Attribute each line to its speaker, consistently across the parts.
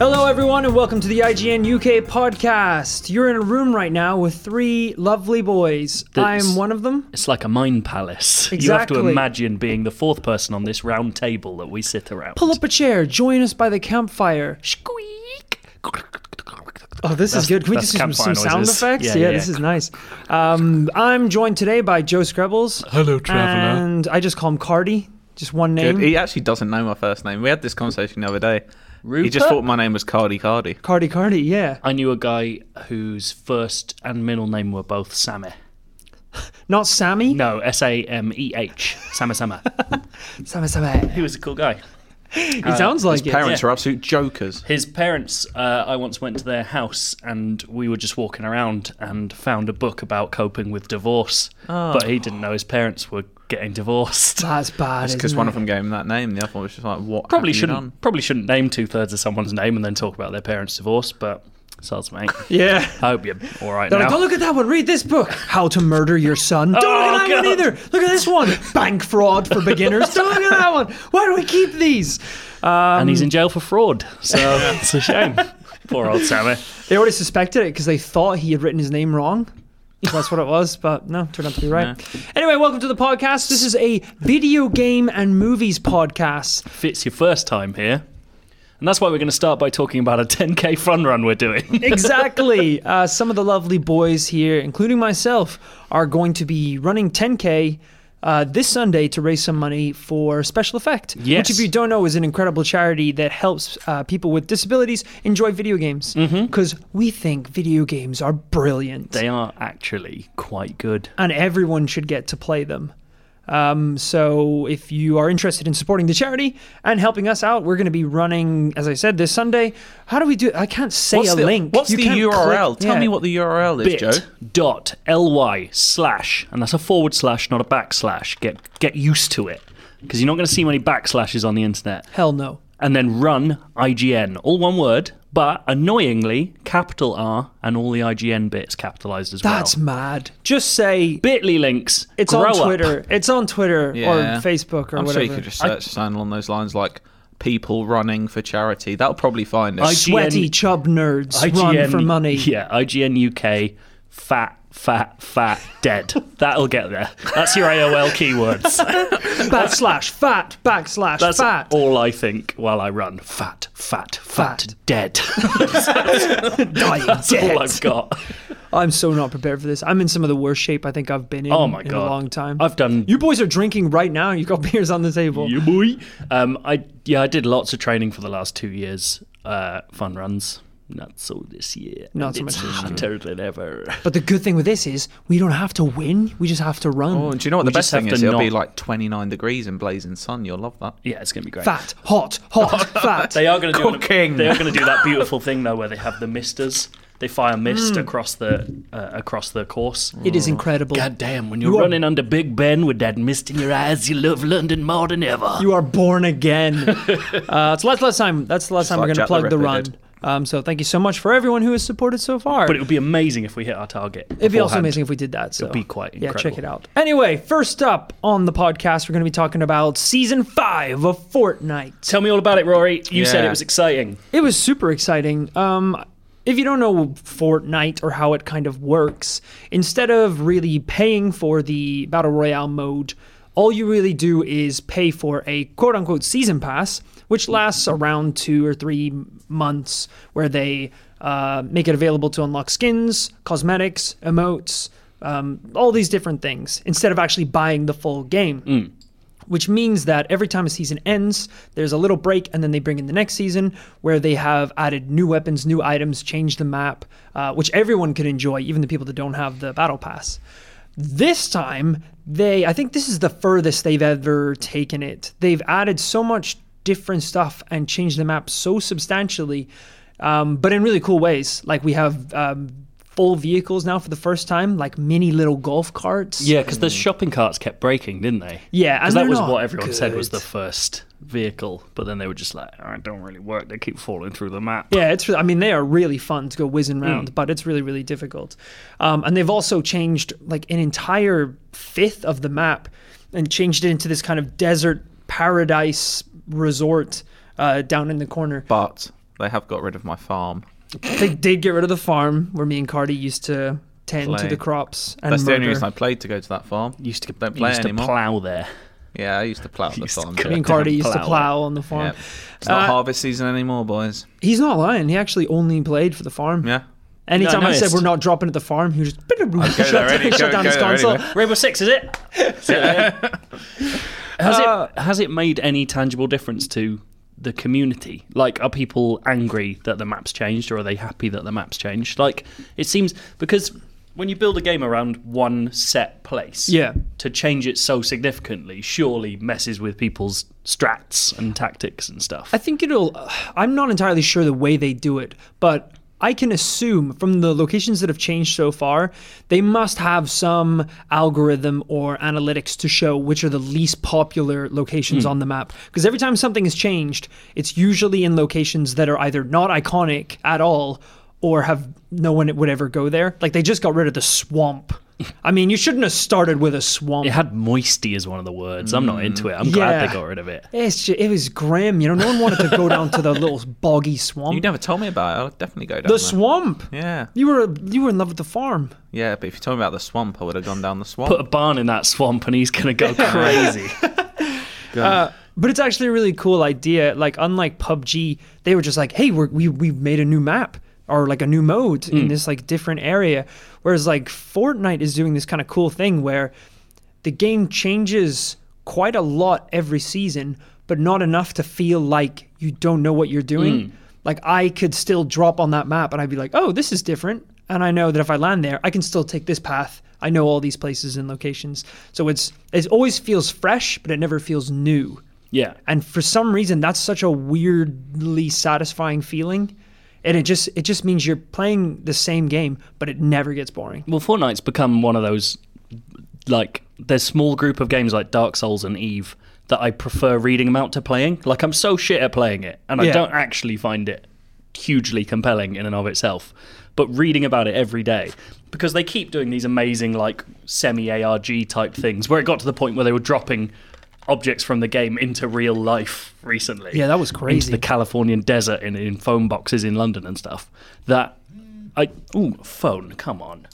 Speaker 1: Hello, everyone, and welcome to the IGN UK podcast. You're in a room right now with three lovely boys. I
Speaker 2: That's-
Speaker 1: am one of them.
Speaker 2: It's like a mind palace. You have
Speaker 1: Exactly.
Speaker 2: to imagine being the fourth person on this round table that we sit around.
Speaker 1: Pull up a chair. Join us by the campfire.
Speaker 2: Squeak.
Speaker 1: Oh, this
Speaker 2: That's-
Speaker 1: is good. Can we
Speaker 2: that's
Speaker 1: just do some, some
Speaker 2: campfire
Speaker 1: sound
Speaker 2: noises.
Speaker 1: effects?
Speaker 2: Yeah,
Speaker 1: Yeah,
Speaker 2: yeah.
Speaker 1: this is nice. Um, I'm joined today by Joe Screbbles.
Speaker 3: Hello, traveller.
Speaker 1: And I just call him Cardi. Just one
Speaker 4: Good.
Speaker 1: name.
Speaker 4: He actually doesn't know my first name. We had this conversation the other day. He
Speaker 2: Rupert?
Speaker 4: just thought my name was Cardi Cardi.
Speaker 1: Cardi Cardi, yeah.
Speaker 2: I knew a guy whose first and middle name were both Sameh.
Speaker 1: Not Sammy.
Speaker 2: No, S A M E H. Sameh Sameh.
Speaker 1: Sammy Sammy.
Speaker 2: he was a cool guy.
Speaker 1: He
Speaker 2: Uh,
Speaker 1: sounds like it.
Speaker 4: Parents are absolute jokers.
Speaker 2: His parents, uh, I once went to their house and we were just walking around and found a book about coping with divorce.
Speaker 1: Oh.
Speaker 2: But he didn't know his parents were getting divorced.
Speaker 1: That's bad.
Speaker 4: It's because
Speaker 1: isn't it?
Speaker 4: one of them gave him that name. The other one was just like, what?
Speaker 2: Probably
Speaker 4: have you
Speaker 2: shouldn't
Speaker 4: done?
Speaker 2: probably shouldn't name two thirds of someone's name and then talk about their parents' divorce, but sounds mate.
Speaker 1: Yeah.
Speaker 2: I hope you're all right
Speaker 1: They're
Speaker 2: now.
Speaker 1: like, oh, look at that one. Read this book. How to Murder Your Son. Don't look at that
Speaker 2: Oh,
Speaker 1: one
Speaker 2: God.
Speaker 1: either. Look at this one. Bank Fraud for Beginners. Don't look at that one. Why do we keep these?
Speaker 2: and he's in jail for fraud, so it's a shame. Poor old Sammy.
Speaker 1: They already suspected it because they thought he had written his name wrong. So That's what it was, but no, turned out to be right. Anyway, welcome to the podcast. This is a video game and movies podcast.
Speaker 2: If it's your first time here, and that's why we're going to start by talking about a 10k fun run we're doing.
Speaker 1: exactly. Uh, some of the lovely boys here, including myself, are going to be running 10K. Uh, this Sunday to raise some money for Special Effect,
Speaker 2: Yes.
Speaker 1: which, if you don't know, is an incredible charity that helps uh, people with disabilities enjoy video games.
Speaker 4: Mm-hmm.
Speaker 1: Because we think video games are brilliant,
Speaker 2: they are actually quite good.
Speaker 1: and everyone should get to play them. Um, so, if you are interested in supporting the charity and helping us out, we're going to be running, as I said, this Sunday. How do we do? I can't say
Speaker 4: What's
Speaker 1: a
Speaker 4: the,
Speaker 1: link.
Speaker 4: What's
Speaker 1: You
Speaker 4: the
Speaker 1: can't click-
Speaker 4: URL? Tell
Speaker 1: Yeah.
Speaker 4: me what the URL is, Joe.
Speaker 2: bit.ly slash, and that's a forward slash, not a backslash. Get get used to it, because you're not going to see many backslashes on the internet.
Speaker 1: Hell no.
Speaker 2: And then run IGN, all one word, but annoyingly capital R and all the IGN bits capitalized as
Speaker 1: That's
Speaker 2: well.
Speaker 1: mad. Just say
Speaker 2: Bitly links.
Speaker 1: it's
Speaker 2: grow
Speaker 1: on
Speaker 2: up.
Speaker 1: Twitter. It's on Twitter or Facebook or
Speaker 4: I'm
Speaker 1: whatever.
Speaker 4: sure you could just search something along those lines like people running for charity. That'll probably find us.
Speaker 2: I-
Speaker 1: Sweaty
Speaker 2: IGN
Speaker 1: chub nerds run for money.
Speaker 2: Yeah, IGN UK, fat, fat, fat, dead. That'll get there. That's your AOL keywords.
Speaker 1: Backslash fat backslash
Speaker 2: That's
Speaker 1: fat.
Speaker 2: all I think while I run. Fat, fat, fat,
Speaker 1: Fat.
Speaker 2: dead.
Speaker 1: Dying
Speaker 2: That's
Speaker 1: dead.
Speaker 2: all I've got.
Speaker 1: I'm so not prepared for this. I'm in some of the worst shape I think I've been in
Speaker 2: Oh my
Speaker 1: in
Speaker 2: God.
Speaker 1: a long time.
Speaker 2: I've done-
Speaker 1: You boys are drinking right now. You got beers on the table.
Speaker 2: You boy. Um, I yeah, I did lots of training for the last two years. Uh, fun runs. Not so this year.
Speaker 1: Not
Speaker 2: And
Speaker 1: so
Speaker 2: it's
Speaker 1: much this year.
Speaker 2: hotter than ever.
Speaker 1: But the good thing with this is we don't have to win. We just have to run.
Speaker 4: Oh, and do you know what
Speaker 2: We
Speaker 4: the
Speaker 2: just
Speaker 4: best thing
Speaker 2: have
Speaker 4: is?
Speaker 2: to
Speaker 4: It'll be
Speaker 2: not-
Speaker 4: like 29 degrees and blazing sun. You'll love that.
Speaker 2: Yeah, it's gonna be great.
Speaker 1: Fat, hot, hot, fat.
Speaker 2: They are going to do
Speaker 4: Cooking.
Speaker 2: They are going to do that beautiful thing though, where they have the misters, They fire mist across the uh, across the course.
Speaker 1: It is incredible.
Speaker 2: Oh. God damn! When you're
Speaker 1: You are-
Speaker 2: running under Big Ben with that mist in your eyes, you love London more than ever.
Speaker 1: You are born again. uh, so that's the last time. That's the last time
Speaker 4: like
Speaker 1: we're going to
Speaker 4: Jack the
Speaker 1: plug the
Speaker 4: Ripper
Speaker 1: run.
Speaker 4: did.
Speaker 1: Um, so thank you so much for everyone who has supported so far.
Speaker 2: but it would be amazing if we hit our target.
Speaker 1: It'd be also
Speaker 2: beforehand.
Speaker 1: amazing if we did that. So
Speaker 2: be quite
Speaker 1: yeah, check
Speaker 2: incredible.
Speaker 1: it out. Anyway, first up on the podcast, we're going to be talking about season five of Fortnite.
Speaker 2: Tell me all about it, Rory. You said it
Speaker 4: Yeah.
Speaker 2: was exciting.
Speaker 1: It was super exciting. Um, if you don't know Fortnite or how it kind of works, instead of really paying for the Battle Royale mode, all you really do is pay for a quote unquote season pass, which lasts around two or three months, where they uh, make it available to unlock skins, cosmetics, emotes, um, all these different things, instead of actually buying the full game which means that every time a season ends, there's a little break, and then they bring in the next season where they have added new weapons, new items, changed the map, uh, which everyone could enjoy, even the people that don't have the battle pass. This time, they, I think this is the furthest they've ever taken it. They've added so much different stuff and changed the map so substantially, um, but in really cool ways. Like we have. Um, Full vehicles now for the first time, like mini little golf carts.
Speaker 2: Yeah, because the shopping carts kept breaking, didn't they?
Speaker 1: Yeah, and
Speaker 2: because that
Speaker 1: they're
Speaker 2: was
Speaker 1: not
Speaker 2: what everyone said was
Speaker 1: good.
Speaker 2: the first vehicle. But then they were just like, oh, it don't really work. They keep falling through the map.
Speaker 1: Yeah, it's. re- I mean, they are really fun to go
Speaker 4: Hmm.
Speaker 1: whizzing around, but it's really, really difficult. Um, and they've also changed like an entire fifth of the map and changed it into this kind of desert paradise resort uh, down in the corner.
Speaker 4: But they have got rid of my farm.
Speaker 1: They did get rid of the farm where me and Cardi used to tend to
Speaker 4: Play.
Speaker 1: the crops and
Speaker 4: That's the only
Speaker 1: murder.
Speaker 4: reason I played to go to that farm.
Speaker 2: Used to
Speaker 4: Don't play
Speaker 2: used
Speaker 4: anymore.
Speaker 2: to plow there.
Speaker 4: Yeah, I used to plow the
Speaker 2: Used to
Speaker 4: farm.
Speaker 2: cut
Speaker 1: me
Speaker 4: yeah.
Speaker 1: and Cardi
Speaker 2: Damn
Speaker 1: used to
Speaker 2: plow.
Speaker 1: plow on the farm.
Speaker 4: Yeah. It's not
Speaker 1: Uh,
Speaker 4: harvest season anymore, boys.
Speaker 1: He's not lying. He actually only played for the farm.
Speaker 4: Yeah.
Speaker 1: Anytime
Speaker 2: No, I
Speaker 1: I said
Speaker 2: noticed.
Speaker 1: we're not dropping at the farm, he was just
Speaker 4: Go
Speaker 1: shut,
Speaker 4: there anyway.
Speaker 1: shut
Speaker 4: Go,
Speaker 1: down
Speaker 4: go
Speaker 1: his
Speaker 4: there
Speaker 1: console.
Speaker 4: anyway.
Speaker 2: Rainbow Six, is it? has
Speaker 1: Uh,
Speaker 2: it has it made any tangible difference to the community? Like, are people angry that the map's changed, or are they happy that the map's changed? Like, it seems because when you build a game around one set place,
Speaker 1: Yeah.
Speaker 2: to change it so significantly surely messes with people's strats and tactics and stuff.
Speaker 1: I think it'll. I'm not entirely sure the way they do it, but I can assume from the locations that have changed so far, they must have some algorithm or analytics to show which are the least popular locations on the map. Because every time something is changed, it's usually in locations that are either not iconic at all or have no one would ever go there. Like they just got rid of the swamp. I mean, you shouldn't have started with a swamp.
Speaker 2: it had moisty as one of the words. I'm not into it. I'm
Speaker 1: Yeah.
Speaker 2: glad they got rid of it.
Speaker 1: It's ju- it was grim, you know. No one wanted to go down to the little boggy swamp.
Speaker 4: You never told me about it. I'll definitely go down
Speaker 1: the
Speaker 4: there.
Speaker 1: swamp.
Speaker 4: Yeah.
Speaker 1: You were you were in love with the farm.
Speaker 4: Yeah, but if you told me about the swamp, I would have gone down the swamp.
Speaker 2: Put a barn in that swamp and he's gonna go crazy.
Speaker 1: But it's actually a really cool idea. Like unlike PUBG, they were just like, "Hey, we're, we we made a new map or like a new mode in this like different area." Whereas like Fortnite is doing this kind of cool thing where the game changes quite a lot every season, but not enough to feel like you don't know what you're doing. Like I could still drop on that map and I'd be like, "Oh, this is different." And I know that if I land there, I can still take this path. I know all these places and locations. So it's it always feels fresh, but it never feels new.
Speaker 2: yeah.
Speaker 1: And for some reason, that's such a weirdly satisfying feeling. And it just it just means you're playing the same game, but it never gets boring.
Speaker 2: Well, Fortnite's become one of those like there's small group of games like Dark Souls and Eve that I prefer reading about to playing. Like I'm so shit at playing it, and
Speaker 1: Yeah.
Speaker 2: I don't actually find it hugely compelling in and of itself. But reading about it every day because they keep doing these amazing like semi ARG type things where it got to the point where they were dropping objects from the game into real life recently.
Speaker 1: Yeah, that was crazy.
Speaker 2: Into the Californian desert in, in phone boxes in London and stuff. That I ooh phone, come on.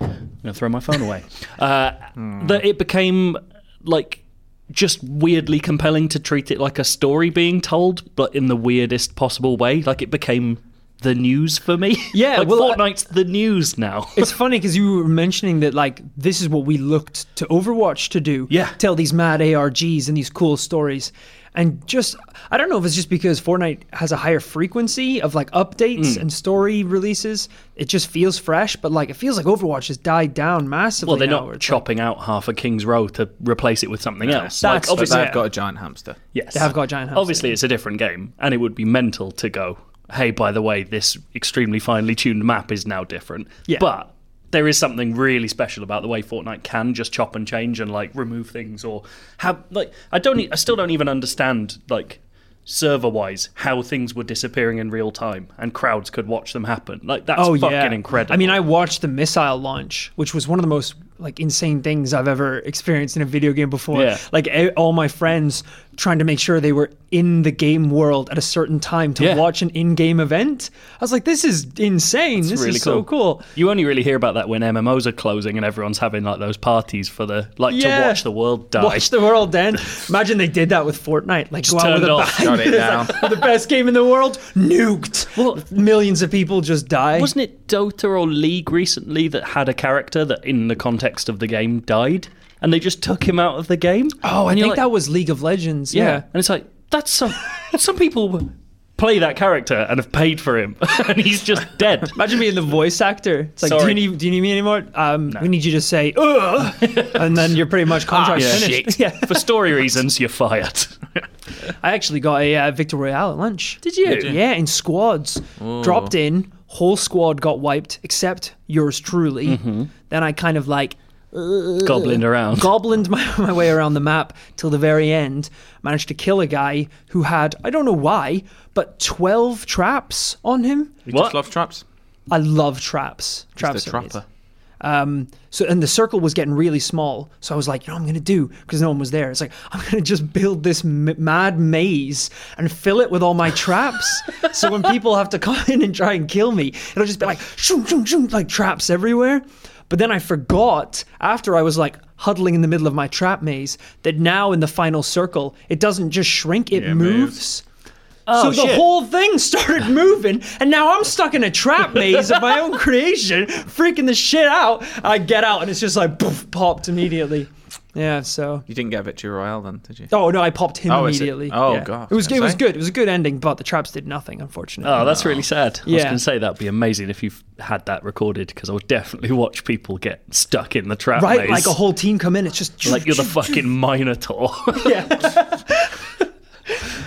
Speaker 2: I'm gonna throw my phone away. Uh,
Speaker 1: Hmm.
Speaker 2: That it became like just weirdly compelling to treat it like a story being told, but in the weirdest possible way. Like it became the news for me.
Speaker 1: Yeah,
Speaker 2: like
Speaker 1: well, I-
Speaker 2: Fortnite's the news now.
Speaker 1: It's funny because you were mentioning that like this is what we looked to Overwatch to do.
Speaker 2: Yeah.
Speaker 1: Tell these mad ARGs and these cool stories. And just I don't know if it's just because Fortnite has a higher frequency of like updates
Speaker 2: Mm.
Speaker 1: and story releases. It just feels fresh, but like it feels like Overwatch has died down massively.
Speaker 2: Well, they're
Speaker 1: now,
Speaker 2: not
Speaker 1: where it's like-
Speaker 2: chopping out half a King's Row to replace it with something else.
Speaker 1: That's-
Speaker 2: like,
Speaker 4: But
Speaker 2: obviously,
Speaker 1: yeah.
Speaker 4: they've got a giant hamster.
Speaker 2: yes,
Speaker 1: They have got giant hamster.
Speaker 2: Obviously, it's a different game, and it would be mental to go. hey, by the way, this extremely finely tuned map is now different.
Speaker 1: Yeah.
Speaker 2: But there is something really special about the way Fortnite can just chop and change and like remove things or have like I don't e- I still don't even understand like server wise how things were disappearing in real time and crowds could watch them happen. Like that's
Speaker 1: oh
Speaker 2: fucking
Speaker 1: yeah,
Speaker 2: incredible.
Speaker 1: I mean, I watched the missile launch, which was one of the most like insane things I've ever experienced in a video game before.
Speaker 2: Yeah.
Speaker 1: Like e- all my friends trying to make sure they were in the game world at a certain time to
Speaker 2: Yeah.
Speaker 1: watch an in-game event. I was like, this is insane. this
Speaker 2: really
Speaker 1: is so cool.
Speaker 2: You only really hear about that when MMOs are closing and everyone's having like those parties for the like to
Speaker 1: Yeah.
Speaker 2: watch the world die.
Speaker 1: Watch the world end. Imagine they did that with Fortnite. Like go out
Speaker 2: turned
Speaker 1: with a
Speaker 2: off.
Speaker 1: bang.
Speaker 4: Shut it
Speaker 1: It's
Speaker 4: down.
Speaker 1: like, the best game in the world nuked. Well, millions of people just die.
Speaker 2: Wasn't it Dota or League recently that had a character that, in the context of the game, died, and they just took him out of the game?
Speaker 1: Oh, I
Speaker 2: And
Speaker 1: think
Speaker 2: you're like,
Speaker 1: that was League of Legends.
Speaker 2: yeah.
Speaker 1: Yeah.
Speaker 2: And it's like that's some some people play that character and have paid for him, and he's just dead.
Speaker 1: Imagine being the voice actor. It's like,
Speaker 2: Sorry.
Speaker 1: do you need do you need me anymore? Um, we need you to say, Ugh, and then you're pretty much contract
Speaker 2: yeah.
Speaker 1: finished.
Speaker 2: Shit.
Speaker 1: Yeah.
Speaker 2: for story reasons, you're fired.
Speaker 1: I actually got a uh, Victor Royale at lunch. Did you?
Speaker 2: you?
Speaker 1: Yeah, in squads. Dropped in, whole squad got wiped except yours truly. Then I kind of like
Speaker 2: Goblin around.
Speaker 1: goblined my, my way around the map till the very end. Managed to kill a guy who had I don't know why, but twelve traps on him.
Speaker 4: You
Speaker 2: What?
Speaker 4: just love traps?
Speaker 1: I love traps. Traps
Speaker 4: Just
Speaker 1: are
Speaker 4: a
Speaker 1: amazing.
Speaker 4: trapper.
Speaker 1: Um, so and the circle was getting really small. So I was like, you know, what I'm gonna do because no one was there. It's like I'm gonna just build this m- mad maze and fill it with all my traps. so when people have to come in and try and kill me, it'll just be like shoom shoom shoom, like traps everywhere. But then I forgot after I was like huddling in the middle of my trap maze that now in the final circle it doesn't just shrink, it
Speaker 4: Yeah, it
Speaker 1: moves.
Speaker 4: Oh,
Speaker 1: so the whole thing started moving, and now I'm stuck in a trap maze of my own creation, freaking the shit out. I get out, and it's just like poof, popped immediately. Yeah, so.
Speaker 4: You didn't get Victory Royale then, did you?
Speaker 1: Oh no! I popped him
Speaker 4: Oh, is it-
Speaker 1: immediately.
Speaker 4: oh,
Speaker 1: yeah.
Speaker 4: God, I
Speaker 1: It was
Speaker 4: was
Speaker 1: it
Speaker 4: gonna
Speaker 1: was
Speaker 4: say.
Speaker 1: good. It was a good ending, but the traps did nothing, unfortunately.
Speaker 2: Oh, that's really sad. I was
Speaker 1: Yeah.
Speaker 2: going to say that'd be amazing if you had that recorded because I would definitely watch people get stuck in the trap
Speaker 1: right,
Speaker 2: maze.
Speaker 1: like a whole team come in. It's just
Speaker 2: like you're the fucking Minotaur.
Speaker 1: yeah.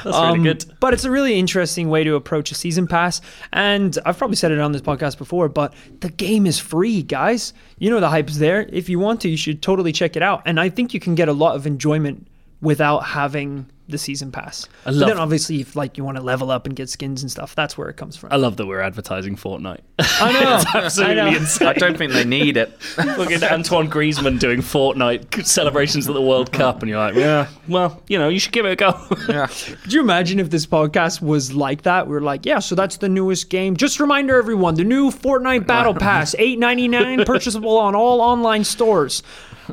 Speaker 2: That's
Speaker 1: Um,
Speaker 2: really good.
Speaker 1: But it's a really interesting way to approach a season pass. And I've probably said it on this podcast before, but the game is free, guys. You know the hype's there. If you want to, you should totally check it out. And I think you can get a lot of enjoyment without having the season pass.
Speaker 2: I
Speaker 1: But
Speaker 2: love-
Speaker 1: then obviously if like you want to level up and get skins and stuff, that's where it comes from.
Speaker 2: I love that we're advertising Fortnite.
Speaker 1: I know.
Speaker 2: Absolutely
Speaker 1: I know.
Speaker 2: insane.
Speaker 4: I don't think they need it.
Speaker 2: Fucking Antoine Griezmann doing Fortnite celebrations at the World Cup, and you're like, yeah, well, you know, you should give it a go.
Speaker 4: Yeah.
Speaker 1: Could you imagine if this podcast was like that? We're like, yeah, so that's the newest game. Just a reminder everyone, the new Fortnite Battle Pass, eight ninety nine, purchasable on all online stores.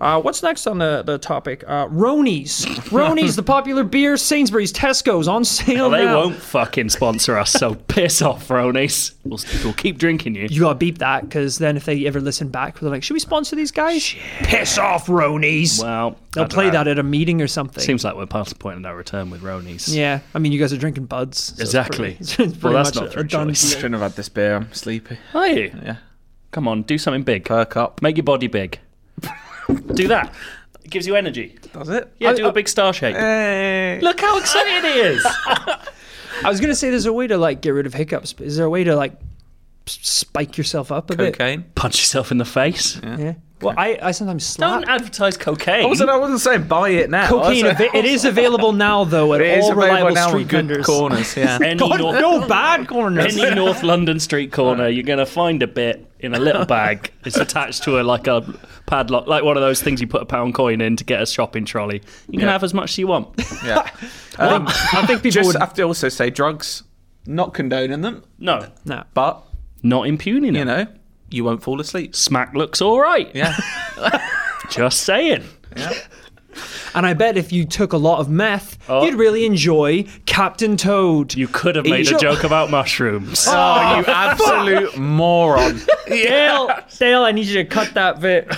Speaker 1: Uh, what's next on the, the topic? Uh, Ronies. Ronies, the popular beer, Sainsbury's, Tesco's on sale
Speaker 2: they
Speaker 1: now.
Speaker 2: won't fucking sponsor us, so piss off, Ronies. We'll, we'll keep drinking you.
Speaker 1: You gotta beep that because then if they ever listen back, they're like, should we sponsor these guys? Piss off, Ronies.
Speaker 2: Well, I
Speaker 1: They'll
Speaker 2: don't
Speaker 1: play
Speaker 2: know.
Speaker 1: that at a meeting or something.
Speaker 2: Seems like we're past the point of no return with Ronies.
Speaker 1: yeah, I mean, you guys are drinking buds. so it's
Speaker 2: Exactly.
Speaker 1: pretty- it's pretty
Speaker 2: Well, that's
Speaker 1: much
Speaker 2: not
Speaker 1: a,
Speaker 2: your
Speaker 1: a done deal.
Speaker 2: choice.
Speaker 4: Shouldn't have had this beer. I'm sleepy.
Speaker 2: Hey,
Speaker 4: Yeah.
Speaker 2: come on, do something big.
Speaker 4: Perk up.
Speaker 2: Make your body big. do that. It gives you energy.
Speaker 4: Does it? Eh.
Speaker 2: Yeah, do a big star shape. Look how excited he is.
Speaker 1: I was gonna say there's a way to like get rid of hiccups, but is there a way to like s- spike yourself up a
Speaker 4: Cocaine.
Speaker 2: Punch yourself in the face.
Speaker 1: bit? Yeah. Well, I, I sometimes slap.
Speaker 2: Don't advertise cocaine.
Speaker 4: I wasn't, I wasn't saying buy it now.
Speaker 1: Cocaine,
Speaker 4: I was saying-
Speaker 1: ava- it is available now though at
Speaker 4: Oh, It is
Speaker 1: all reliable
Speaker 4: available now in
Speaker 1: street
Speaker 4: good
Speaker 1: vendors.
Speaker 4: corners. Yeah.
Speaker 2: any,
Speaker 1: God,
Speaker 2: North,
Speaker 1: no bad corners.
Speaker 2: any North London street corner, you're going to find a bit in a little bag. It's attached to a like a padlock, like one of those things you put a pound coin in to get a shopping trolley. You can have as much as you want.
Speaker 4: yeah.
Speaker 1: I think, I think people
Speaker 4: Just
Speaker 1: would.
Speaker 4: have to also say drugs. Not condoning them,
Speaker 2: No,
Speaker 1: No.
Speaker 4: but
Speaker 2: not impugning it.
Speaker 4: you know, you won't fall asleep.
Speaker 2: Smack looks all right.
Speaker 4: Yeah.
Speaker 2: Just saying.
Speaker 1: And I bet if you took a lot of meth,
Speaker 2: Oh.
Speaker 1: you'd really enjoy Captain Toad.
Speaker 2: You could have made a
Speaker 1: Sure.
Speaker 2: joke about mushrooms.
Speaker 4: Oh, you absolute moron.
Speaker 1: Dale, Dale, I need you to cut that bit.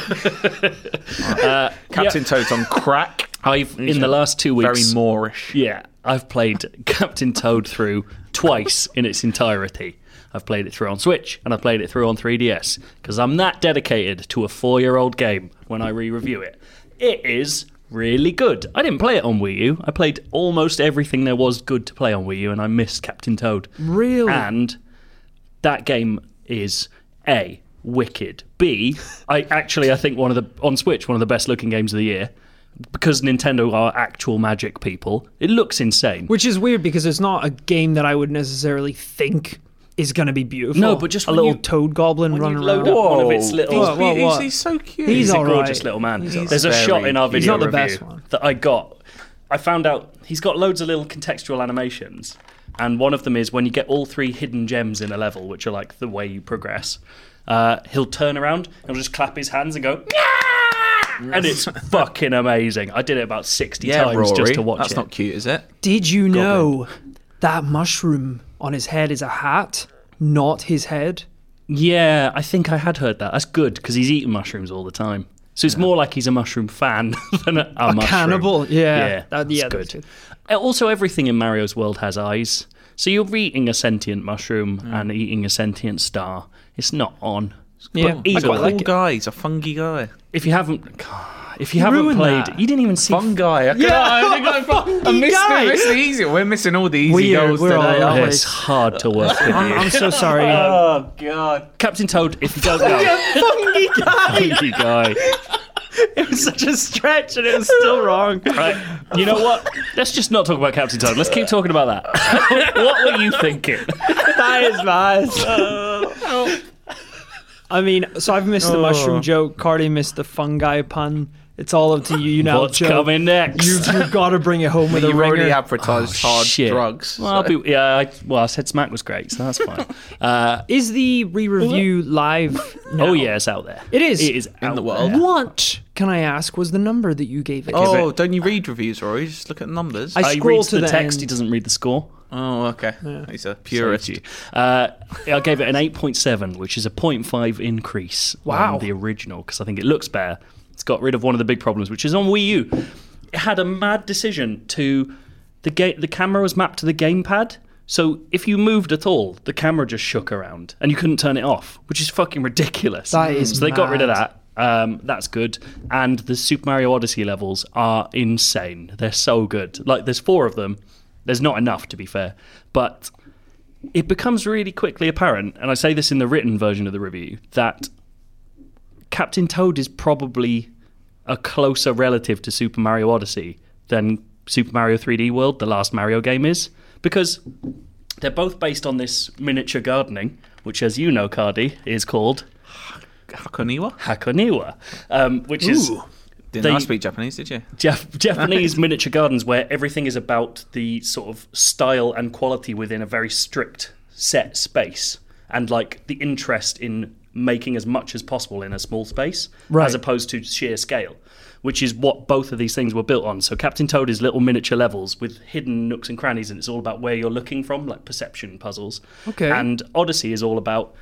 Speaker 4: Captain Toad's on crack.
Speaker 2: I've in the last two
Speaker 4: Very
Speaker 2: weeks.
Speaker 4: Moorish.
Speaker 2: Yeah, I've played Captain Toad through twice in its entirety. I've played it through on Switch and I played it through on 3DS because I'm that dedicated to a four year old game when I re review it. It is really good. I didn't play it on Wii U. I played almost everything there was good to play on Wii U, and I missed Captain Toad.
Speaker 1: Really?
Speaker 2: And that game is a wicked. B, I actually I think one of the on Switch one of the best looking games of the year because Nintendo are actual magic people. It looks insane.
Speaker 1: Which is weird because it's not a game that I would necessarily think is going to be beautiful.
Speaker 2: No, but just
Speaker 1: a
Speaker 2: when
Speaker 1: little
Speaker 2: you-
Speaker 1: toad goblin
Speaker 2: when you
Speaker 1: running
Speaker 2: load
Speaker 1: around.
Speaker 2: up one of its little.
Speaker 1: Whoa, whoa,
Speaker 4: he's,
Speaker 1: whoa.
Speaker 4: he's so cute.
Speaker 1: He's
Speaker 2: He's
Speaker 1: all
Speaker 2: a gorgeous
Speaker 1: right.
Speaker 2: little man.
Speaker 4: all
Speaker 2: There's a
Speaker 4: right.
Speaker 2: shot in our
Speaker 1: He's
Speaker 2: video
Speaker 1: not the
Speaker 2: review
Speaker 1: best one.
Speaker 2: that I got. I found out he's got loads of little contextual animations, and one of them is when you get all three hidden gems in a level, which are like the way you progress. Uh, he'll turn around and he'll just clap his hands and go. "Nyah!" And it's fucking amazing. I did it about sixty
Speaker 4: yeah,
Speaker 2: times
Speaker 4: Rory.
Speaker 2: just to watch
Speaker 4: That's
Speaker 2: it.
Speaker 4: not cute, is it?
Speaker 1: Did you know that mushroom on his head is a hat, not his head?
Speaker 2: Yeah, I think I had heard that. That's good because he's eating mushrooms all the time. So it's more like he's a mushroom fan than a, a, mushroom.
Speaker 1: cannibal, yeah.
Speaker 2: yeah,
Speaker 1: That-
Speaker 2: that's
Speaker 1: yeah,
Speaker 2: good.
Speaker 1: that's good.
Speaker 2: Uh, Also, everything in Mario's world has eyes. So you're eating a sentient mushroom and eating a sentient star. It's not on.
Speaker 1: Yeah,
Speaker 2: but
Speaker 1: I
Speaker 4: He's a
Speaker 2: either
Speaker 1: quite
Speaker 2: way,
Speaker 4: cool
Speaker 1: like it.
Speaker 4: guy. He's a funky guy.
Speaker 2: if you haven't, if you haven't
Speaker 1: ruined
Speaker 2: played,
Speaker 1: that.
Speaker 2: you didn't even see.
Speaker 4: Fun guy. I
Speaker 1: Yeah,
Speaker 4: I think I-
Speaker 1: funky
Speaker 4: I missed,
Speaker 1: guy.
Speaker 4: I missed the easy. We're missing all the easy
Speaker 1: We are-
Speaker 4: goals
Speaker 1: we're all
Speaker 4: today.
Speaker 1: over
Speaker 4: aren't we?
Speaker 1: it.
Speaker 2: It's hard to work with
Speaker 1: I'm, I'm
Speaker 2: you,
Speaker 1: so sorry.
Speaker 4: Oh god.
Speaker 2: Captain Toad. If you don't know,
Speaker 1: funky guy.
Speaker 2: thank you, guy.
Speaker 1: It was such a stretch, and it was still wrong.
Speaker 2: Right. You know what? Let's just not talk about Captain Toad. Let's keep talking about that. what were you thinking?
Speaker 1: that is bad. I mean, so I've missed the mushroom joke. Cardi missed the fungi pun. It's all up to you, you now,
Speaker 2: What's
Speaker 1: Joe.
Speaker 2: coming next? Oh,
Speaker 1: You, you've got to bring it home with a
Speaker 4: You've
Speaker 1: ringer.
Speaker 4: already advertised hard
Speaker 2: Shit.
Speaker 4: drugs.
Speaker 2: Well, I'll be, yeah. I, well, I said Smack was great, so that's fine. Uh,
Speaker 1: Is the re-review live?
Speaker 2: Oh yeah, it's out there.
Speaker 1: It is.
Speaker 2: It is
Speaker 4: In
Speaker 2: out
Speaker 4: the world.
Speaker 2: there.
Speaker 1: What can I ask? Was the number that you gave it?
Speaker 4: oh, don't you read reviews, Rory? You just look at numbers.
Speaker 1: I
Speaker 2: Uh, He
Speaker 1: Scroll
Speaker 2: reads
Speaker 1: to
Speaker 2: the
Speaker 1: the
Speaker 2: text.
Speaker 1: end.
Speaker 2: He doesn't read the score.
Speaker 4: oh, okay. He's a
Speaker 2: Sorry
Speaker 4: purist.
Speaker 2: to you. Uh, I gave it an 8.7, which is a 0.5 increase
Speaker 1: Wow.
Speaker 2: on the original because I think it looks better. It's got rid of one of the big problems, which is on Wii U. It had a mad decision to the ga- the camera was mapped to the gamepad. So if you moved at all, the camera just shook around and you couldn't turn it off, which is fucking ridiculous.
Speaker 1: That is
Speaker 2: so they got rid of
Speaker 1: mad.
Speaker 2: that. Um, that's good. And the Super Mario Odyssey levels are insane. They're so good. Like there's four of them. There's not enough to be fair, but it becomes really quickly apparent, and I say this in the written version of the review, that Captain Toad is probably a closer relative to Super Mario Odyssey than Super Mario 3D World, the last Mario game is, because they're both based on this miniature gardening, which, as you know, Cardi, is called
Speaker 4: Hakoniwa?
Speaker 2: Hakoniwa, um, which is
Speaker 4: Didn't
Speaker 2: They-
Speaker 4: I speak Japanese, did you?
Speaker 2: Jap- Japanese miniature gardens where everything is about the sort of style and quality within a very strict set space and like the interest in making as much as possible in a small space
Speaker 1: Right.
Speaker 2: as opposed to sheer scale which is what both of these things were built on so captain toad is little miniature levels with hidden nooks and crannies and it's all about where you're looking from like perception puzzles
Speaker 1: Okay.
Speaker 2: and odyssey is all about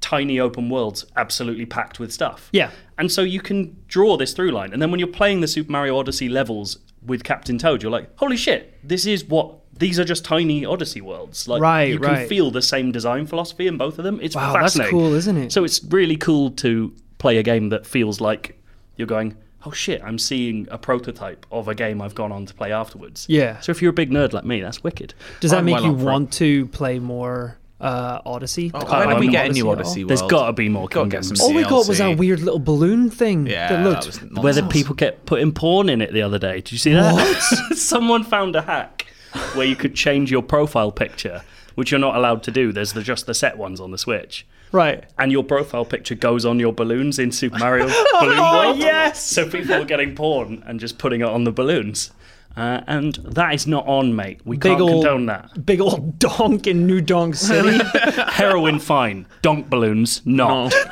Speaker 2: tiny open worlds absolutely packed with stuff
Speaker 1: Yeah.
Speaker 2: and so you can draw this through line. And then when you're playing the Super Mario Odyssey levels with Captain Toad, you're like, holy shit, this is what these are just tiny Odyssey worlds. Like
Speaker 1: Right,
Speaker 2: you can
Speaker 1: right.
Speaker 2: feel the same design philosophy in both of them. It's
Speaker 1: Wow, that's
Speaker 2: fascinating.
Speaker 1: cool, isn't it?
Speaker 2: So it's really cool to play a game that feels like you're going, Oh shit, I'm seeing a prototype of a game I've gone on to play afterwards.
Speaker 1: Yeah.
Speaker 2: So if you're a big nerd like me, that's wicked.
Speaker 1: Does that
Speaker 4: I'm
Speaker 1: make
Speaker 4: well
Speaker 1: you
Speaker 4: up for it.
Speaker 1: want to play more uh, Odyssey?
Speaker 4: when
Speaker 2: are we
Speaker 4: did we
Speaker 2: I'm
Speaker 4: get a
Speaker 2: getting
Speaker 4: new
Speaker 1: at all?
Speaker 4: Odyssey World?
Speaker 2: There's gotta be more
Speaker 4: Gotta
Speaker 2: King
Speaker 4: get some
Speaker 2: games.
Speaker 1: All we got was
Speaker 4: DLC.
Speaker 1: that weird little balloon thing
Speaker 4: Yeah,
Speaker 1: that looked.
Speaker 4: was
Speaker 2: whether
Speaker 4: nonsense.
Speaker 2: people get put in porn in it the other day. Did you see that? Someone found a hack where you could change your profile picture, which you're not allowed to do. There's the, just the set ones on the Switch.
Speaker 1: right.
Speaker 2: And your profile picture goes on your balloons in Super Mario Balloon World.
Speaker 1: Oh, yes!
Speaker 2: So people are getting porn and just putting it on the balloons. Uh, and that is not on, mate. We
Speaker 1: Big
Speaker 2: can't
Speaker 1: ol'
Speaker 2: condone that.
Speaker 1: Big old donk in New Donk City.
Speaker 2: Heroin, fine. Donk balloons, not.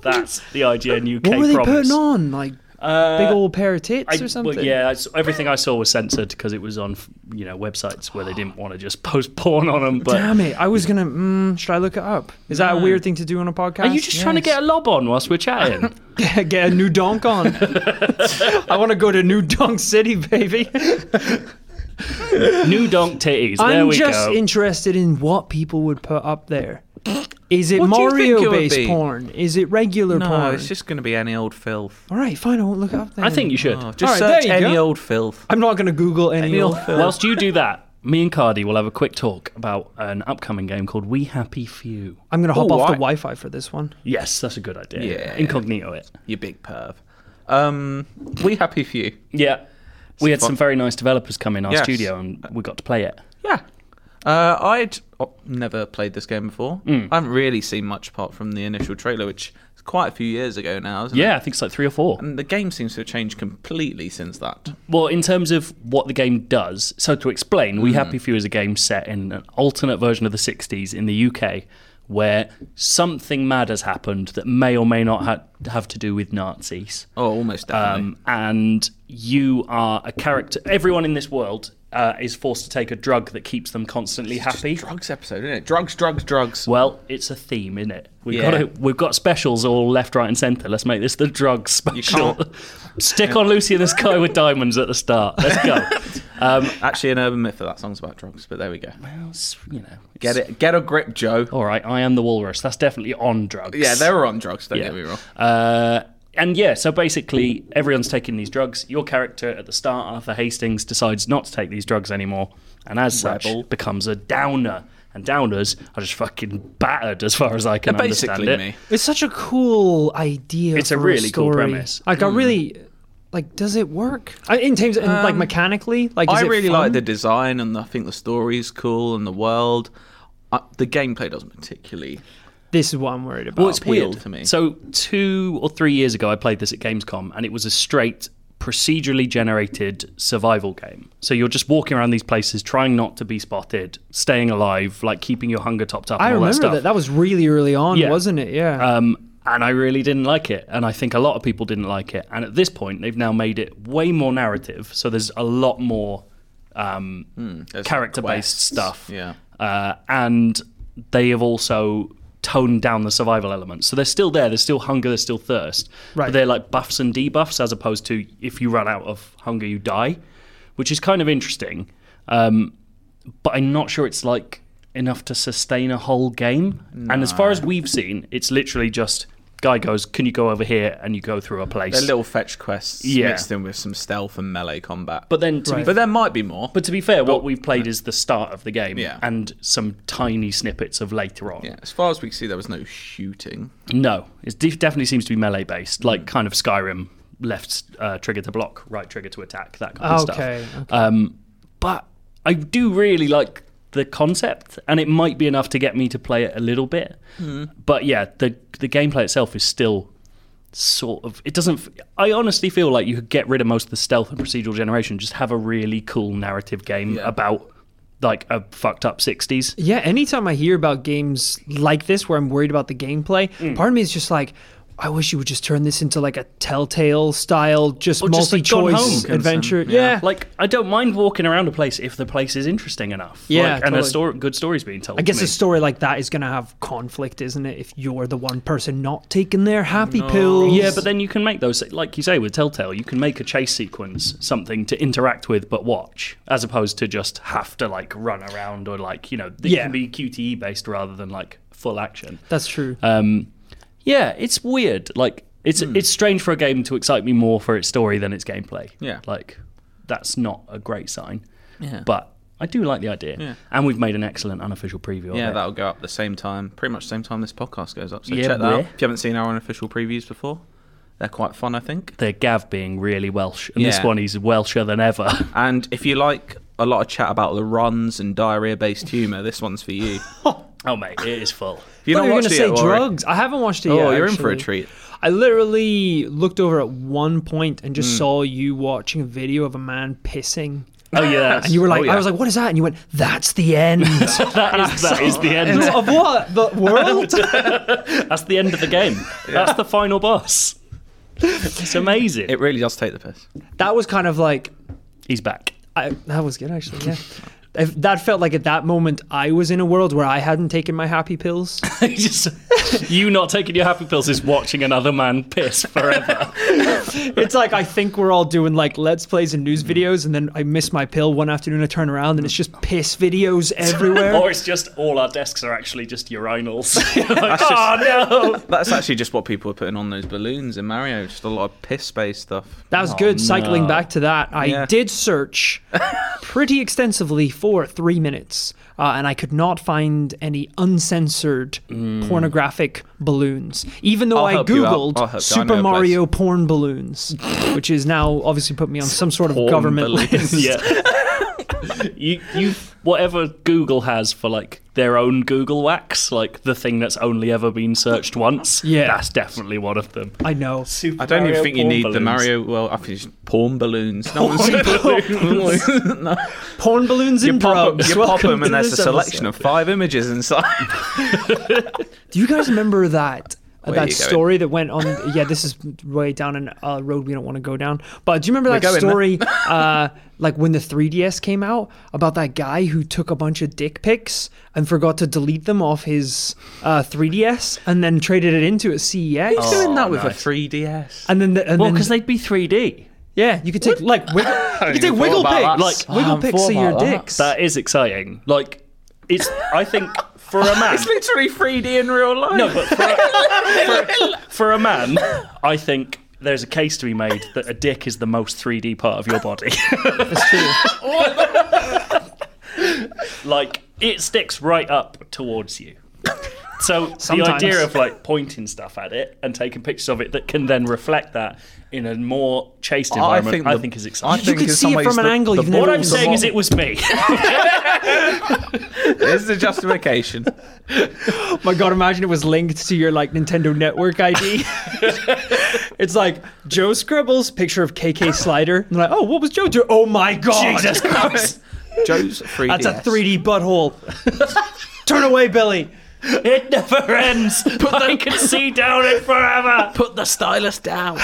Speaker 2: That's the IGN UK
Speaker 1: what were they
Speaker 2: promise. Uh,
Speaker 1: putting on? Like big old pair of tits
Speaker 2: I-
Speaker 1: or something?
Speaker 2: Well, yeah, I s everything I saw was censored because it was on you know websites where they didn't want to just post porn on them. But
Speaker 1: Damn it! I was gonna. Mm, should I look it up? Is that a weird thing to do on a podcast?
Speaker 2: are you just trying to get a lob on whilst we're chatting?
Speaker 1: get get a new donk on? I want to go to New Donk City, baby.
Speaker 2: New donk titties. there
Speaker 1: I'm
Speaker 2: we
Speaker 1: just
Speaker 2: go.
Speaker 1: interested in what people would put up there. Is it
Speaker 4: What do you think it would
Speaker 1: Mario-based
Speaker 4: be?
Speaker 1: porn? Is it regular
Speaker 4: No,
Speaker 1: porn?
Speaker 4: it's just going to be any old filth.
Speaker 1: All right, fine. I won't look it up then.
Speaker 2: I think you should.
Speaker 4: Oh,
Speaker 1: All
Speaker 4: just
Speaker 1: right, there
Speaker 4: search
Speaker 1: you
Speaker 4: any
Speaker 1: go.
Speaker 4: old filth.
Speaker 1: I'm not going to Google any.
Speaker 4: Any
Speaker 1: of-
Speaker 4: old filth.
Speaker 2: Whilst you do that, me and Cardi will have a quick talk about an upcoming game called We Happy Few.
Speaker 1: I'm going to hop
Speaker 4: Oh,
Speaker 1: off the
Speaker 4: right.
Speaker 1: Wi-Fi for this one.
Speaker 2: Yes, that's a good idea.
Speaker 4: Yeah.
Speaker 2: Incognito it.
Speaker 4: You big perv. Um, we happy for you.
Speaker 2: Yeah. We had
Speaker 4: fun.
Speaker 2: some very nice developers come in our
Speaker 4: Yes.
Speaker 2: studio and we got to play it.
Speaker 4: Yeah. Uh, I'd oh, never played this game before.
Speaker 1: Hmm.
Speaker 4: I haven't really seen much apart from the initial trailer, which is quite a few years ago now, isn't it?
Speaker 2: Yeah, I think it's like three or four.
Speaker 4: And the game seems to have changed completely since that.
Speaker 2: Well, in terms of what the game does, so to explain,
Speaker 4: Hmm.
Speaker 2: We Happy Few is a game set in an alternate version of the 60s in the UK where something mad has happened that may or may not ha- have to do with Nazis.
Speaker 4: Oh, almost definitely.
Speaker 2: Um, and you are a character. Everyone in this world uh, is forced to take a drug that keeps them constantly happy.
Speaker 4: drugs episode, isn't it? Drugs, drugs, drugs.
Speaker 2: Well, it's a theme, isn't it? We've
Speaker 4: Yeah.
Speaker 2: got it. we've got specials all left, right, and centre. Let's make this the drug special.
Speaker 4: can't-
Speaker 2: Stick on Lucy in the Sky with diamonds at the start. Let's go.
Speaker 4: Actually, an urban myth that that song's about drugs, but there we go.
Speaker 2: Well, it's, you know,
Speaker 4: Get it? Get a grip, Joe.
Speaker 2: All right, I am the walrus. That's definitely on drugs.
Speaker 4: Yeah, they were on drugs. Don't
Speaker 2: Yeah.
Speaker 4: get me wrong.
Speaker 2: Uh, and yeah, so basically, everyone's taking these drugs. Your character at the start, Arthur Hastings, decides not to take these drugs anymore, and as such,
Speaker 4: Rebel.
Speaker 2: becomes a downer. And downers are just fucking battered, as far as I can understand
Speaker 4: Basically,
Speaker 2: it.
Speaker 4: me.
Speaker 1: It's such a cool idea.
Speaker 2: It's a
Speaker 1: for
Speaker 2: really cool
Speaker 1: story.
Speaker 2: premise. Hmm.
Speaker 1: Like, I really like. Does it work I, in terms of, in, like
Speaker 2: Um,
Speaker 1: mechanically? Like, is
Speaker 4: I
Speaker 1: it
Speaker 4: really
Speaker 1: fun?
Speaker 4: like the design, and I think the story's cool, and the world. Uh, the gameplay doesn't particularly.
Speaker 1: This is what I'm worried about.
Speaker 2: Well, it's
Speaker 4: appeal
Speaker 2: weird
Speaker 4: to me.
Speaker 2: So two or three years ago, I played this at Gamescom, and it was a straight procedurally generated survival game. So you're just walking around these places, trying not to be spotted, staying alive, like keeping your hunger topped up.
Speaker 1: I
Speaker 2: and all
Speaker 1: remember
Speaker 2: that, stuff.
Speaker 1: that. That was really early on,
Speaker 2: Yeah.
Speaker 1: wasn't it? Yeah.
Speaker 2: Um, and I really didn't like it. And I think a lot of people didn't like it. And at this point, they've now made it way more narrative. So there's a lot more um,
Speaker 4: there's
Speaker 2: character based
Speaker 4: quests,
Speaker 2: stuff.
Speaker 4: yeah.
Speaker 2: Uh, and they have also toned down the survival elements. So they're still there. There's still hunger. There's still thirst.
Speaker 1: Right.
Speaker 2: But they're like buffs and debuffs as opposed to if you run out of hunger, you die, which is kind of interesting. Um, but I'm not sure it's like enough to sustain a whole game. And as far as we've seen, it's literally just guy goes, "Can you go over here?" and you go through a
Speaker 4: They're
Speaker 2: place.
Speaker 4: little fetch quests
Speaker 2: Yeah.
Speaker 4: mixed in with some stealth and melee combat.
Speaker 2: but then, to be,
Speaker 1: Right.
Speaker 4: but there might be more.
Speaker 2: but to be fair, what we've played is the start of the game
Speaker 4: Yeah.
Speaker 2: and some tiny snippets of later on.
Speaker 4: yeah, as far as we can see, there was no shooting.
Speaker 2: No, it de- definitely seems to be melee based, like kind of Skyrim, left uh, trigger to block, right trigger to attack, that kind of stuff.
Speaker 1: okay. okay.
Speaker 2: Um, but I do really like the concept, and it might be enough to get me to play it a little bit. But yeah, the the gameplay itself is still sort of. It doesn't. f- I honestly feel like you could get rid of most of the stealth and procedural generation, just have a really cool narrative game
Speaker 4: Yeah.
Speaker 2: about like a fucked up sixties.
Speaker 1: Yeah, anytime I hear about games like this where I'm worried about the gameplay, part of me is just like, I wish you would just turn this into like a Telltale style, just
Speaker 2: Or just,
Speaker 1: multi
Speaker 2: like, Gone Home,
Speaker 1: choice
Speaker 2: Gibson.
Speaker 1: adventure.
Speaker 4: Yeah.
Speaker 1: Yeah.
Speaker 2: Like I don't mind walking around a place if the place is interesting enough.
Speaker 1: Yeah,
Speaker 2: like, and a
Speaker 1: totally.
Speaker 2: story, good story's being told.
Speaker 1: I guess
Speaker 2: to me.
Speaker 1: a story like that is going to have conflict, isn't it? If you're the one person not taking their happy pills.
Speaker 2: Yeah, but then you can make those, like you say with Telltale, you can make a chase sequence something to interact with but watch, as opposed to just have to like run around or like, you know, it
Speaker 1: Yeah.
Speaker 2: can be QTE based rather than like full action.
Speaker 1: That's true.
Speaker 2: Um, yeah, it's weird. Like, it's it's strange for a game to excite me more for its story than its gameplay.
Speaker 4: Yeah.
Speaker 2: Like, that's not a great sign.
Speaker 4: Yeah.
Speaker 2: But I do like the idea.
Speaker 4: Yeah.
Speaker 2: And we've made an excellent unofficial preview
Speaker 4: Yeah,
Speaker 2: of it.
Speaker 4: that'll go up the same time, pretty much same time this podcast goes up. So
Speaker 2: Yeah,
Speaker 4: check that out.
Speaker 2: boy.
Speaker 4: If you haven't seen our unofficial previews before, they're quite fun, I think.
Speaker 2: They're Gav being really Welsh, and this
Speaker 4: Yeah.
Speaker 2: one he's Welsher than ever.
Speaker 4: And if you like a lot of chat about the runs and diarrhea-based humour, this one's for you.
Speaker 2: oh, mate, it is full.
Speaker 4: If you
Speaker 1: Thought you were
Speaker 4: watched
Speaker 1: gonna
Speaker 4: it
Speaker 1: say
Speaker 4: yet, Rory-
Speaker 1: drugs. I haven't watched it
Speaker 4: Oh,
Speaker 1: yet.
Speaker 4: you're in for a
Speaker 1: actually.
Speaker 4: treat.
Speaker 1: I literally looked over at one point and just saw you watching a video of a man pissing.
Speaker 2: Oh yeah,
Speaker 1: And you were like,
Speaker 4: yeah.
Speaker 1: I was like, what is that? And you went, that's the end.
Speaker 2: that is, that is the end.
Speaker 1: of what? The world?
Speaker 2: That's the end of the game. That's the final boss. It's amazing.
Speaker 4: It really does take the piss.
Speaker 1: that was kind of like
Speaker 2: He's back.
Speaker 1: I, that was good actually yeah If- that felt like at that moment i was in a world where i hadn't taken my happy pills
Speaker 2: He just you not taking your happy pills is watching another man piss forever.
Speaker 1: It's like I think we're all doing like let's plays and news videos, and then I miss my pill one afternoon. I turn around and it's just piss videos
Speaker 2: or
Speaker 1: everywhere.
Speaker 2: it's just all our desks are actually just urinals. like, oh no!
Speaker 4: That's actually just what people are putting on those balloons in Mario. Just a lot of piss space stuff.
Speaker 1: That was good. Cycling
Speaker 2: no.
Speaker 1: back to that, I
Speaker 4: Oh, Yeah.
Speaker 1: did search pretty extensively for three minutes, uh, and I could not find any uncensored pornographic balloons. Even though
Speaker 4: Mm. I'll
Speaker 1: I
Speaker 4: help you out. I'll
Speaker 1: googled
Speaker 4: help you. I know a
Speaker 1: Super
Speaker 4: place.
Speaker 1: Mario porn balloons, which is now obviously put me on some sort of
Speaker 4: Porn
Speaker 1: government
Speaker 4: balloons.
Speaker 1: list.
Speaker 2: yeah. you, you, whatever Google has for like their own Google wax, like the thing that's only ever been searched once.
Speaker 1: Yeah.
Speaker 2: that's definitely one of them.
Speaker 1: I know.
Speaker 2: Super
Speaker 4: I don't
Speaker 2: Mario
Speaker 4: even think you
Speaker 2: porn
Speaker 4: need the
Speaker 2: balloons.
Speaker 4: Mario. Well, I think it's porn balloons. No one's no.
Speaker 1: Porn balloons
Speaker 4: You
Speaker 1: and
Speaker 4: pop, 'em-
Speaker 1: drugs.
Speaker 4: you pop
Speaker 1: Welcome
Speaker 4: them,
Speaker 1: to
Speaker 4: and there's a
Speaker 1: this
Speaker 4: selection
Speaker 1: episode.
Speaker 4: of five images inside.
Speaker 1: Do you guys remember that
Speaker 4: Where are
Speaker 1: that
Speaker 4: you going?
Speaker 1: story that went on? Yeah, this is way down an uh, road we don't want to go down. But do you remember that
Speaker 4: going there.
Speaker 1: story, uh, like when the 3DS came out, about that guy who took a bunch of dick pics and forgot to delete them off his uh, 3DS and then traded it into a CEX?
Speaker 4: Who's doing that with
Speaker 2: nice.
Speaker 4: a 3DS?
Speaker 1: And then, the, and
Speaker 2: Well,
Speaker 1: then-
Speaker 2: because they'd be 3D.
Speaker 1: yeah, you could take like wiggle, you could
Speaker 4: even
Speaker 1: take
Speaker 4: thought
Speaker 1: wiggle
Speaker 4: about
Speaker 1: pics, like
Speaker 4: that. I
Speaker 1: wiggle
Speaker 4: haven't
Speaker 1: pics
Speaker 4: thought
Speaker 1: of your
Speaker 4: about that.
Speaker 1: dicks.
Speaker 2: That is exciting. Like, it's. I think for a man.
Speaker 4: It's literally 3D in real life.
Speaker 2: No, but for a, for, for a man, I think there's a case to be made that a dick is the most 3D part of your body.
Speaker 1: That's true.
Speaker 2: like, it sticks right up towards you. So
Speaker 1: Sometimes.
Speaker 2: the idea of like pointing stuff at it and taking pictures of it that can then reflect that in a more chaste environment, I think,
Speaker 4: the-
Speaker 2: is
Speaker 4: I
Speaker 1: You
Speaker 2: exciting.
Speaker 4: think
Speaker 1: could
Speaker 4: in
Speaker 1: see
Speaker 4: some
Speaker 1: it
Speaker 4: ways
Speaker 1: from an
Speaker 4: the-
Speaker 1: angle
Speaker 4: the
Speaker 1: you've
Speaker 2: What
Speaker 1: never
Speaker 2: I'm saying is, it was me.
Speaker 4: There's the justification.
Speaker 1: My God, imagine it was linked to your like Nintendo Network ID. it's like Joe Scribbles, picture of KK Slider. And they're like, oh, what was Joe doing? Oh my God,
Speaker 2: Jesus Christ!
Speaker 4: Joe's 3DS.
Speaker 1: that's a 3D butthole. Turn away, Billy.
Speaker 2: It never ends. I can see down it forever.
Speaker 4: Put the stylus down.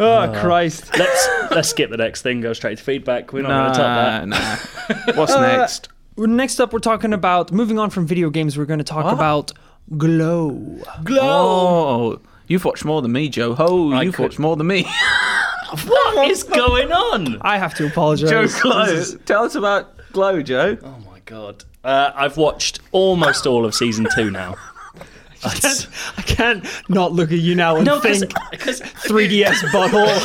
Speaker 1: Oh Christ.
Speaker 2: let's let's skip the next thing. Go straight to feedback. We're not going to
Speaker 4: Nah,
Speaker 2: top Uh,
Speaker 4: nah. What's next?
Speaker 1: Well, Next up, we're talking about moving on from video games. We're going to talk about Glow.
Speaker 4: Oh, you've watched more than me, Joe. Oh, you've
Speaker 2: could-
Speaker 4: watched more than me.
Speaker 2: that. What is going on?
Speaker 1: I have to apologize.
Speaker 4: Joe Glow. Tell us about Glow, Joe.
Speaker 2: Oh my god! Uh, I've watched almost all of season two now. It's-
Speaker 1: I can't not look at you now and
Speaker 2: no,
Speaker 1: think
Speaker 2: because
Speaker 1: 3DS butthole.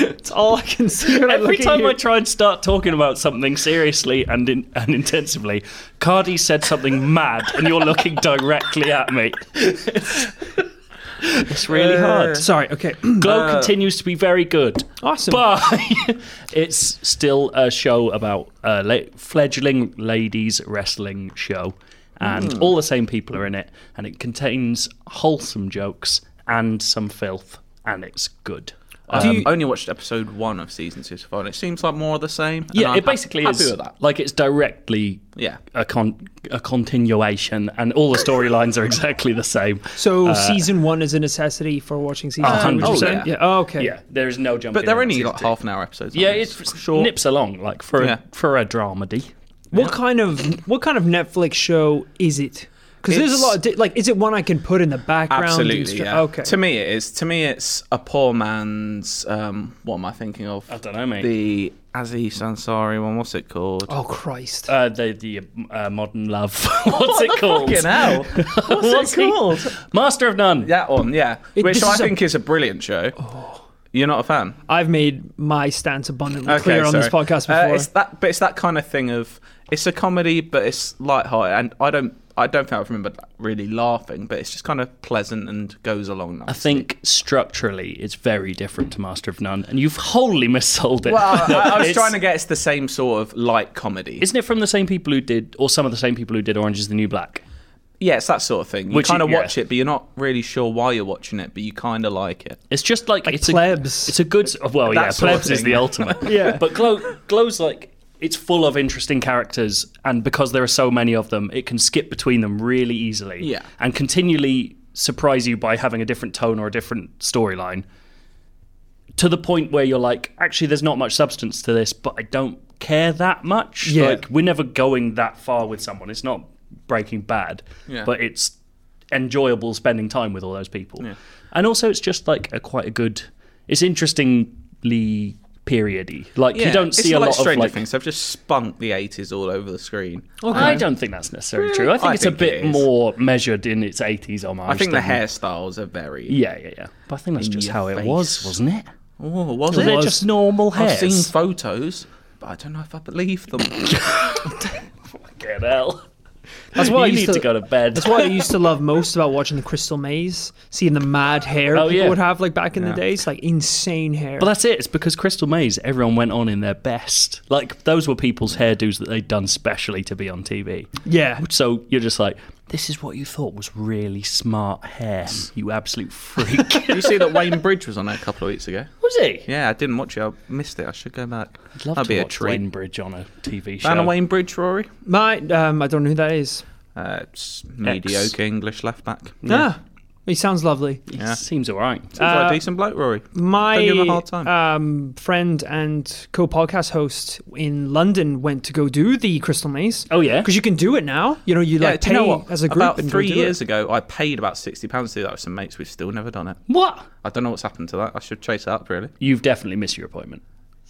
Speaker 1: it's all I can see. When I
Speaker 2: every
Speaker 1: look at
Speaker 2: time
Speaker 1: you.
Speaker 2: I try and start talking about something seriously and in, and intensively, Cardi said something mad, and you're looking directly at me. It's really hard.
Speaker 1: Uh, Sorry. Okay.
Speaker 2: Glow continues to be very good.
Speaker 1: Uh, awesome.
Speaker 2: But it's still a show about a la- fledgling ladies wrestling show, and
Speaker 1: Hmm.
Speaker 2: all the same people are in it, and it contains wholesome jokes and some filth, and it's good.
Speaker 4: Um, only watched episode one of season two so far, and it seems like more of the same. and
Speaker 2: Yeah,
Speaker 4: I'm
Speaker 2: it basically
Speaker 4: happy
Speaker 2: is
Speaker 4: with that.
Speaker 2: like it's directly
Speaker 4: Yeah.
Speaker 2: a con- a continuation, and all the storylines are exactly the same.
Speaker 1: So
Speaker 4: Uh,
Speaker 1: season one is a necessity for watching season
Speaker 2: Uh,
Speaker 1: two. would you
Speaker 2: oh,
Speaker 1: say?
Speaker 4: yeah.
Speaker 1: yeah. Oh, okay.
Speaker 2: Yeah, there is no jumping.
Speaker 4: But they're
Speaker 2: in
Speaker 4: only
Speaker 2: season
Speaker 4: like
Speaker 2: two.
Speaker 4: half an hour episodes.
Speaker 2: Yeah,
Speaker 4: aren't they?
Speaker 2: it's nips along like for a,
Speaker 4: Yeah.
Speaker 2: for a dramedy.
Speaker 1: What kind of what kind of Netflix show is it? Because there's a
Speaker 4: It's-
Speaker 1: lot of di- like, is it one I can put in the background? and
Speaker 4: Absolutely,
Speaker 1: str-
Speaker 4: yeah.
Speaker 1: Okay.
Speaker 4: To me, it is. To me, it's a poor man's. Um, what am I thinking of? I
Speaker 2: dunno, mate.
Speaker 4: The Aziz Ansari one. What's it called?
Speaker 1: oh Christ.
Speaker 2: Uh, the the uh, modern love. What's it called?
Speaker 4: Fucking hell. What's, it
Speaker 2: he-
Speaker 4: called?
Speaker 2: Master of None.
Speaker 4: That one, yeah. Which
Speaker 1: this
Speaker 4: I
Speaker 1: is a-
Speaker 4: think is a brilliant show.
Speaker 2: Oh.
Speaker 4: You're not a fan?
Speaker 1: I've made my stance abundantly
Speaker 4: Okay,
Speaker 1: clear on this
Speaker 4: sorry.
Speaker 1: podcast
Speaker 4: Uh,
Speaker 1: before.
Speaker 4: it's that, but it's that kind of thing of it's a comedy, but it's lighthearted, and I don't, I don't think I remember really laughing, but it's just kind of pleasant and goes along.
Speaker 2: I
Speaker 4: Nice.
Speaker 2: think structurally it's very different to Master of None, and you've wholly missold it.
Speaker 4: Well, Uh, I, I was
Speaker 2: It's-
Speaker 4: trying to get it's the same sort of light comedy.
Speaker 2: Isn't it from the same people who did, or some of the same people who did Orange is the New Black?
Speaker 4: Yeah, it's that sort of thing. You
Speaker 2: Which
Speaker 4: kind of
Speaker 2: it- yeah.
Speaker 4: watch it, but you're not really sure why you're watching it, but you kind of like it.
Speaker 2: It's just like, it's
Speaker 1: Plebs.
Speaker 2: A, it's a good. Well, yeah,
Speaker 4: sort of
Speaker 2: Plebs is
Speaker 4: thing.
Speaker 2: the ultimate.
Speaker 1: Yeah.
Speaker 2: but Glow, Glow's like it's full of interesting characters, and because there are so many of them, it can skip between them really easily.
Speaker 4: Yeah.
Speaker 2: and continually surprise you by having a different tone or a different storyline. To the point where you're like, actually, there's not much substance to this, but I don't care that much.
Speaker 1: Yeah.
Speaker 2: Like we're never going that far with someone. It's not Breaking Bad,
Speaker 4: Yeah.
Speaker 2: but it's enjoyable spending time with all those people. And also, it's just like a quite a good. It's interestingly periody. Like you don't see
Speaker 4: it's
Speaker 2: a
Speaker 4: not
Speaker 2: lot
Speaker 4: like Stranger
Speaker 2: of like.
Speaker 4: Things. They've just spunk the 80s all over the screen.
Speaker 2: I don't think that's necessarily true. I think
Speaker 4: I
Speaker 2: it's a
Speaker 4: think
Speaker 2: bit
Speaker 4: it is.
Speaker 2: more measured in its 80s homage.
Speaker 4: I think the
Speaker 2: than-
Speaker 4: hairstyles are very.
Speaker 2: Yeah, yeah, yeah. But I think that's just
Speaker 4: your
Speaker 2: how it
Speaker 4: face.
Speaker 2: was, wasn't it?
Speaker 4: Oh, was
Speaker 2: Was
Speaker 4: it?
Speaker 2: it just normal
Speaker 4: I've
Speaker 2: hairs?
Speaker 4: seen photos, but I don't know if I believe them.
Speaker 2: Fucking hell. That's why
Speaker 1: I
Speaker 2: you
Speaker 1: used
Speaker 2: need
Speaker 1: to-
Speaker 2: to go to bed.
Speaker 1: That's what I used to love most about watching the Crystal Maze, seeing the mad hair
Speaker 2: Oh,
Speaker 1: people
Speaker 2: yeah.
Speaker 1: would have like back in the days, like insane hair.
Speaker 2: But that's it. It's because Crystal Maze, everyone went on in their best. Like those were people's hairdos that they'd done specially to be on TV.
Speaker 1: yeah,
Speaker 2: So you're just like, this is what you thought was really smart hair, you absolute freak.
Speaker 4: you see that Wayne Bridge was on there a couple of weeks ago?
Speaker 2: was he?
Speaker 4: Yeah, I didn't watch it. I missed it. I should go back.
Speaker 2: I'd love
Speaker 4: That'd
Speaker 2: to
Speaker 4: be
Speaker 2: be
Speaker 4: a
Speaker 2: watch
Speaker 4: treat.
Speaker 2: Wayne Bridge on a TV show.
Speaker 4: Fan of Wayne Bridge, Rory?
Speaker 1: my um, I don't know who that is.
Speaker 4: Uh, it's mediocre English left back.
Speaker 1: Ah, he sounds lovely.
Speaker 2: He Seems all right.
Speaker 4: Seems like
Speaker 1: Uh,
Speaker 4: a decent bloke, Rory.
Speaker 1: My
Speaker 4: Don't give him a hard time.
Speaker 1: Um, friend and co-podcast host in London went to go do the Crystal Maze.
Speaker 2: Oh, yeah?
Speaker 1: because you can do it now. You know, you
Speaker 4: Yeah,
Speaker 1: like
Speaker 4: do
Speaker 1: pay
Speaker 4: you know what?
Speaker 1: as a group.
Speaker 4: about
Speaker 1: and go
Speaker 4: three
Speaker 1: do it.
Speaker 4: years ago, I paid about sixty pounds to do that with some mates. We've still never done it.
Speaker 2: What?
Speaker 4: I don't know what's happened to that. I should chase it up. Really,
Speaker 2: You've definitely missed your appointment.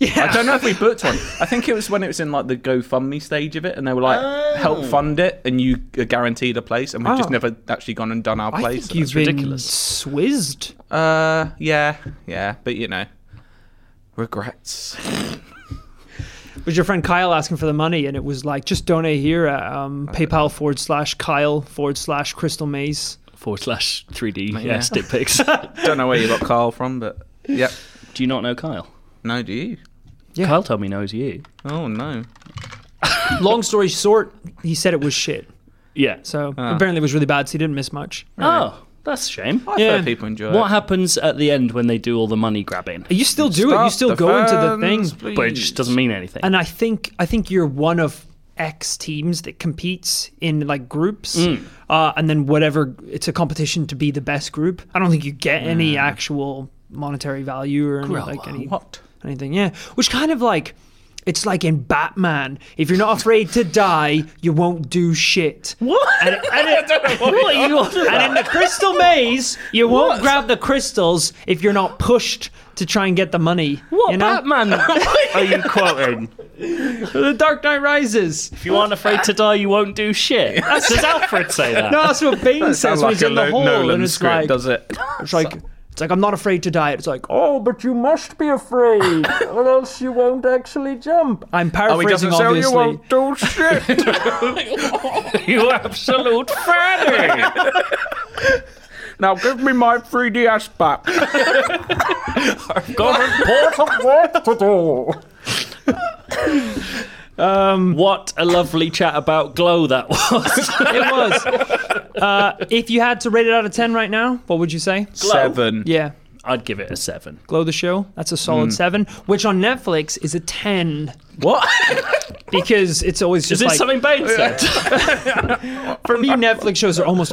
Speaker 4: I don't know if we booked one. I think it was when it was in like the GoFundMe stage of it, and they were like, "Help fund it," and you are guaranteed a place. And we've
Speaker 1: Oh.
Speaker 4: just never actually gone and done our
Speaker 1: I
Speaker 4: place.
Speaker 1: think
Speaker 4: and
Speaker 1: you've
Speaker 4: that's
Speaker 1: been
Speaker 2: ridiculous.
Speaker 1: swizzed.
Speaker 4: Uh, yeah, yeah, but you know, regrets.
Speaker 1: was your friend Kyle asking for the money, and it was like just donate here at um, PayPal forward slash Kyle forward slash Crystal Maze.
Speaker 2: Forward slash 3D yeah.
Speaker 4: yeah.
Speaker 2: stick pics.
Speaker 4: Don't know where you got Carl from, but yep.
Speaker 2: Do you not know Kyle?
Speaker 4: No, do you?
Speaker 1: Yeah.
Speaker 2: Kyle told me he knows you.
Speaker 4: Oh no.
Speaker 1: Long story short, he said it was shit.
Speaker 2: Yeah.
Speaker 1: So
Speaker 4: Ah.
Speaker 1: apparently it was really bad. So he didn't miss much.
Speaker 2: Oh, that's a shame.
Speaker 4: I've
Speaker 1: Yeah.
Speaker 4: heard people enjoy
Speaker 2: What
Speaker 4: it.
Speaker 2: happens at the end when they do all the money grabbing?
Speaker 1: You still do it. You
Speaker 4: Stop
Speaker 1: still
Speaker 4: the
Speaker 1: go into the
Speaker 4: fans,
Speaker 1: thing.
Speaker 4: please.
Speaker 2: But it just doesn't mean anything.
Speaker 1: and I think I think you're one of X teams that competes in like groups,
Speaker 2: Mm.
Speaker 1: uh, and then whatever it's a competition to be the best group. I don't think you get
Speaker 2: Mm.
Speaker 1: any actual monetary value or any, like any
Speaker 4: What?
Speaker 1: anything. Yeah, which kind of like it's like in Batman. If you're not afraid to die, you won't do shit. What? And, and it-
Speaker 2: what are you on
Speaker 1: and in the crystal maze, you won't grab the crystals if you're not pushed to try and get the money.
Speaker 2: What
Speaker 1: you know?
Speaker 2: Batman are you quoting?
Speaker 1: The Dark Knight Rises.
Speaker 2: If you aren't afraid to die, you won't do shit. Does Alfred say that?
Speaker 1: No, that's what Bane says
Speaker 4: Sounds
Speaker 1: when
Speaker 4: like
Speaker 1: he's
Speaker 4: a
Speaker 1: in the
Speaker 4: Lo-
Speaker 1: hole,
Speaker 4: Nolan
Speaker 1: and it's
Speaker 4: script,
Speaker 1: like,
Speaker 4: does it?
Speaker 1: it's like, it's like I'm not afraid to die. It's like, oh, but you must be afraid, or else you won't actually jump. I'm paraphrasing, obviously.
Speaker 4: do shit.
Speaker 2: You absolute fanny.
Speaker 4: now give me my 3DS back.
Speaker 2: What a lovely chat about glow that was.
Speaker 1: it was. Uh, if you had to rate it out of ten right now, what would you say?
Speaker 4: Seven.
Speaker 1: Yeah,
Speaker 2: I'd give it a seven.
Speaker 1: Glow the Show. That's a solid seven, which on Netflix is a ten
Speaker 4: What?
Speaker 1: because it's always
Speaker 2: Is
Speaker 1: just
Speaker 2: this
Speaker 1: like
Speaker 2: something Bane said?
Speaker 1: for me, Netflix shows are almost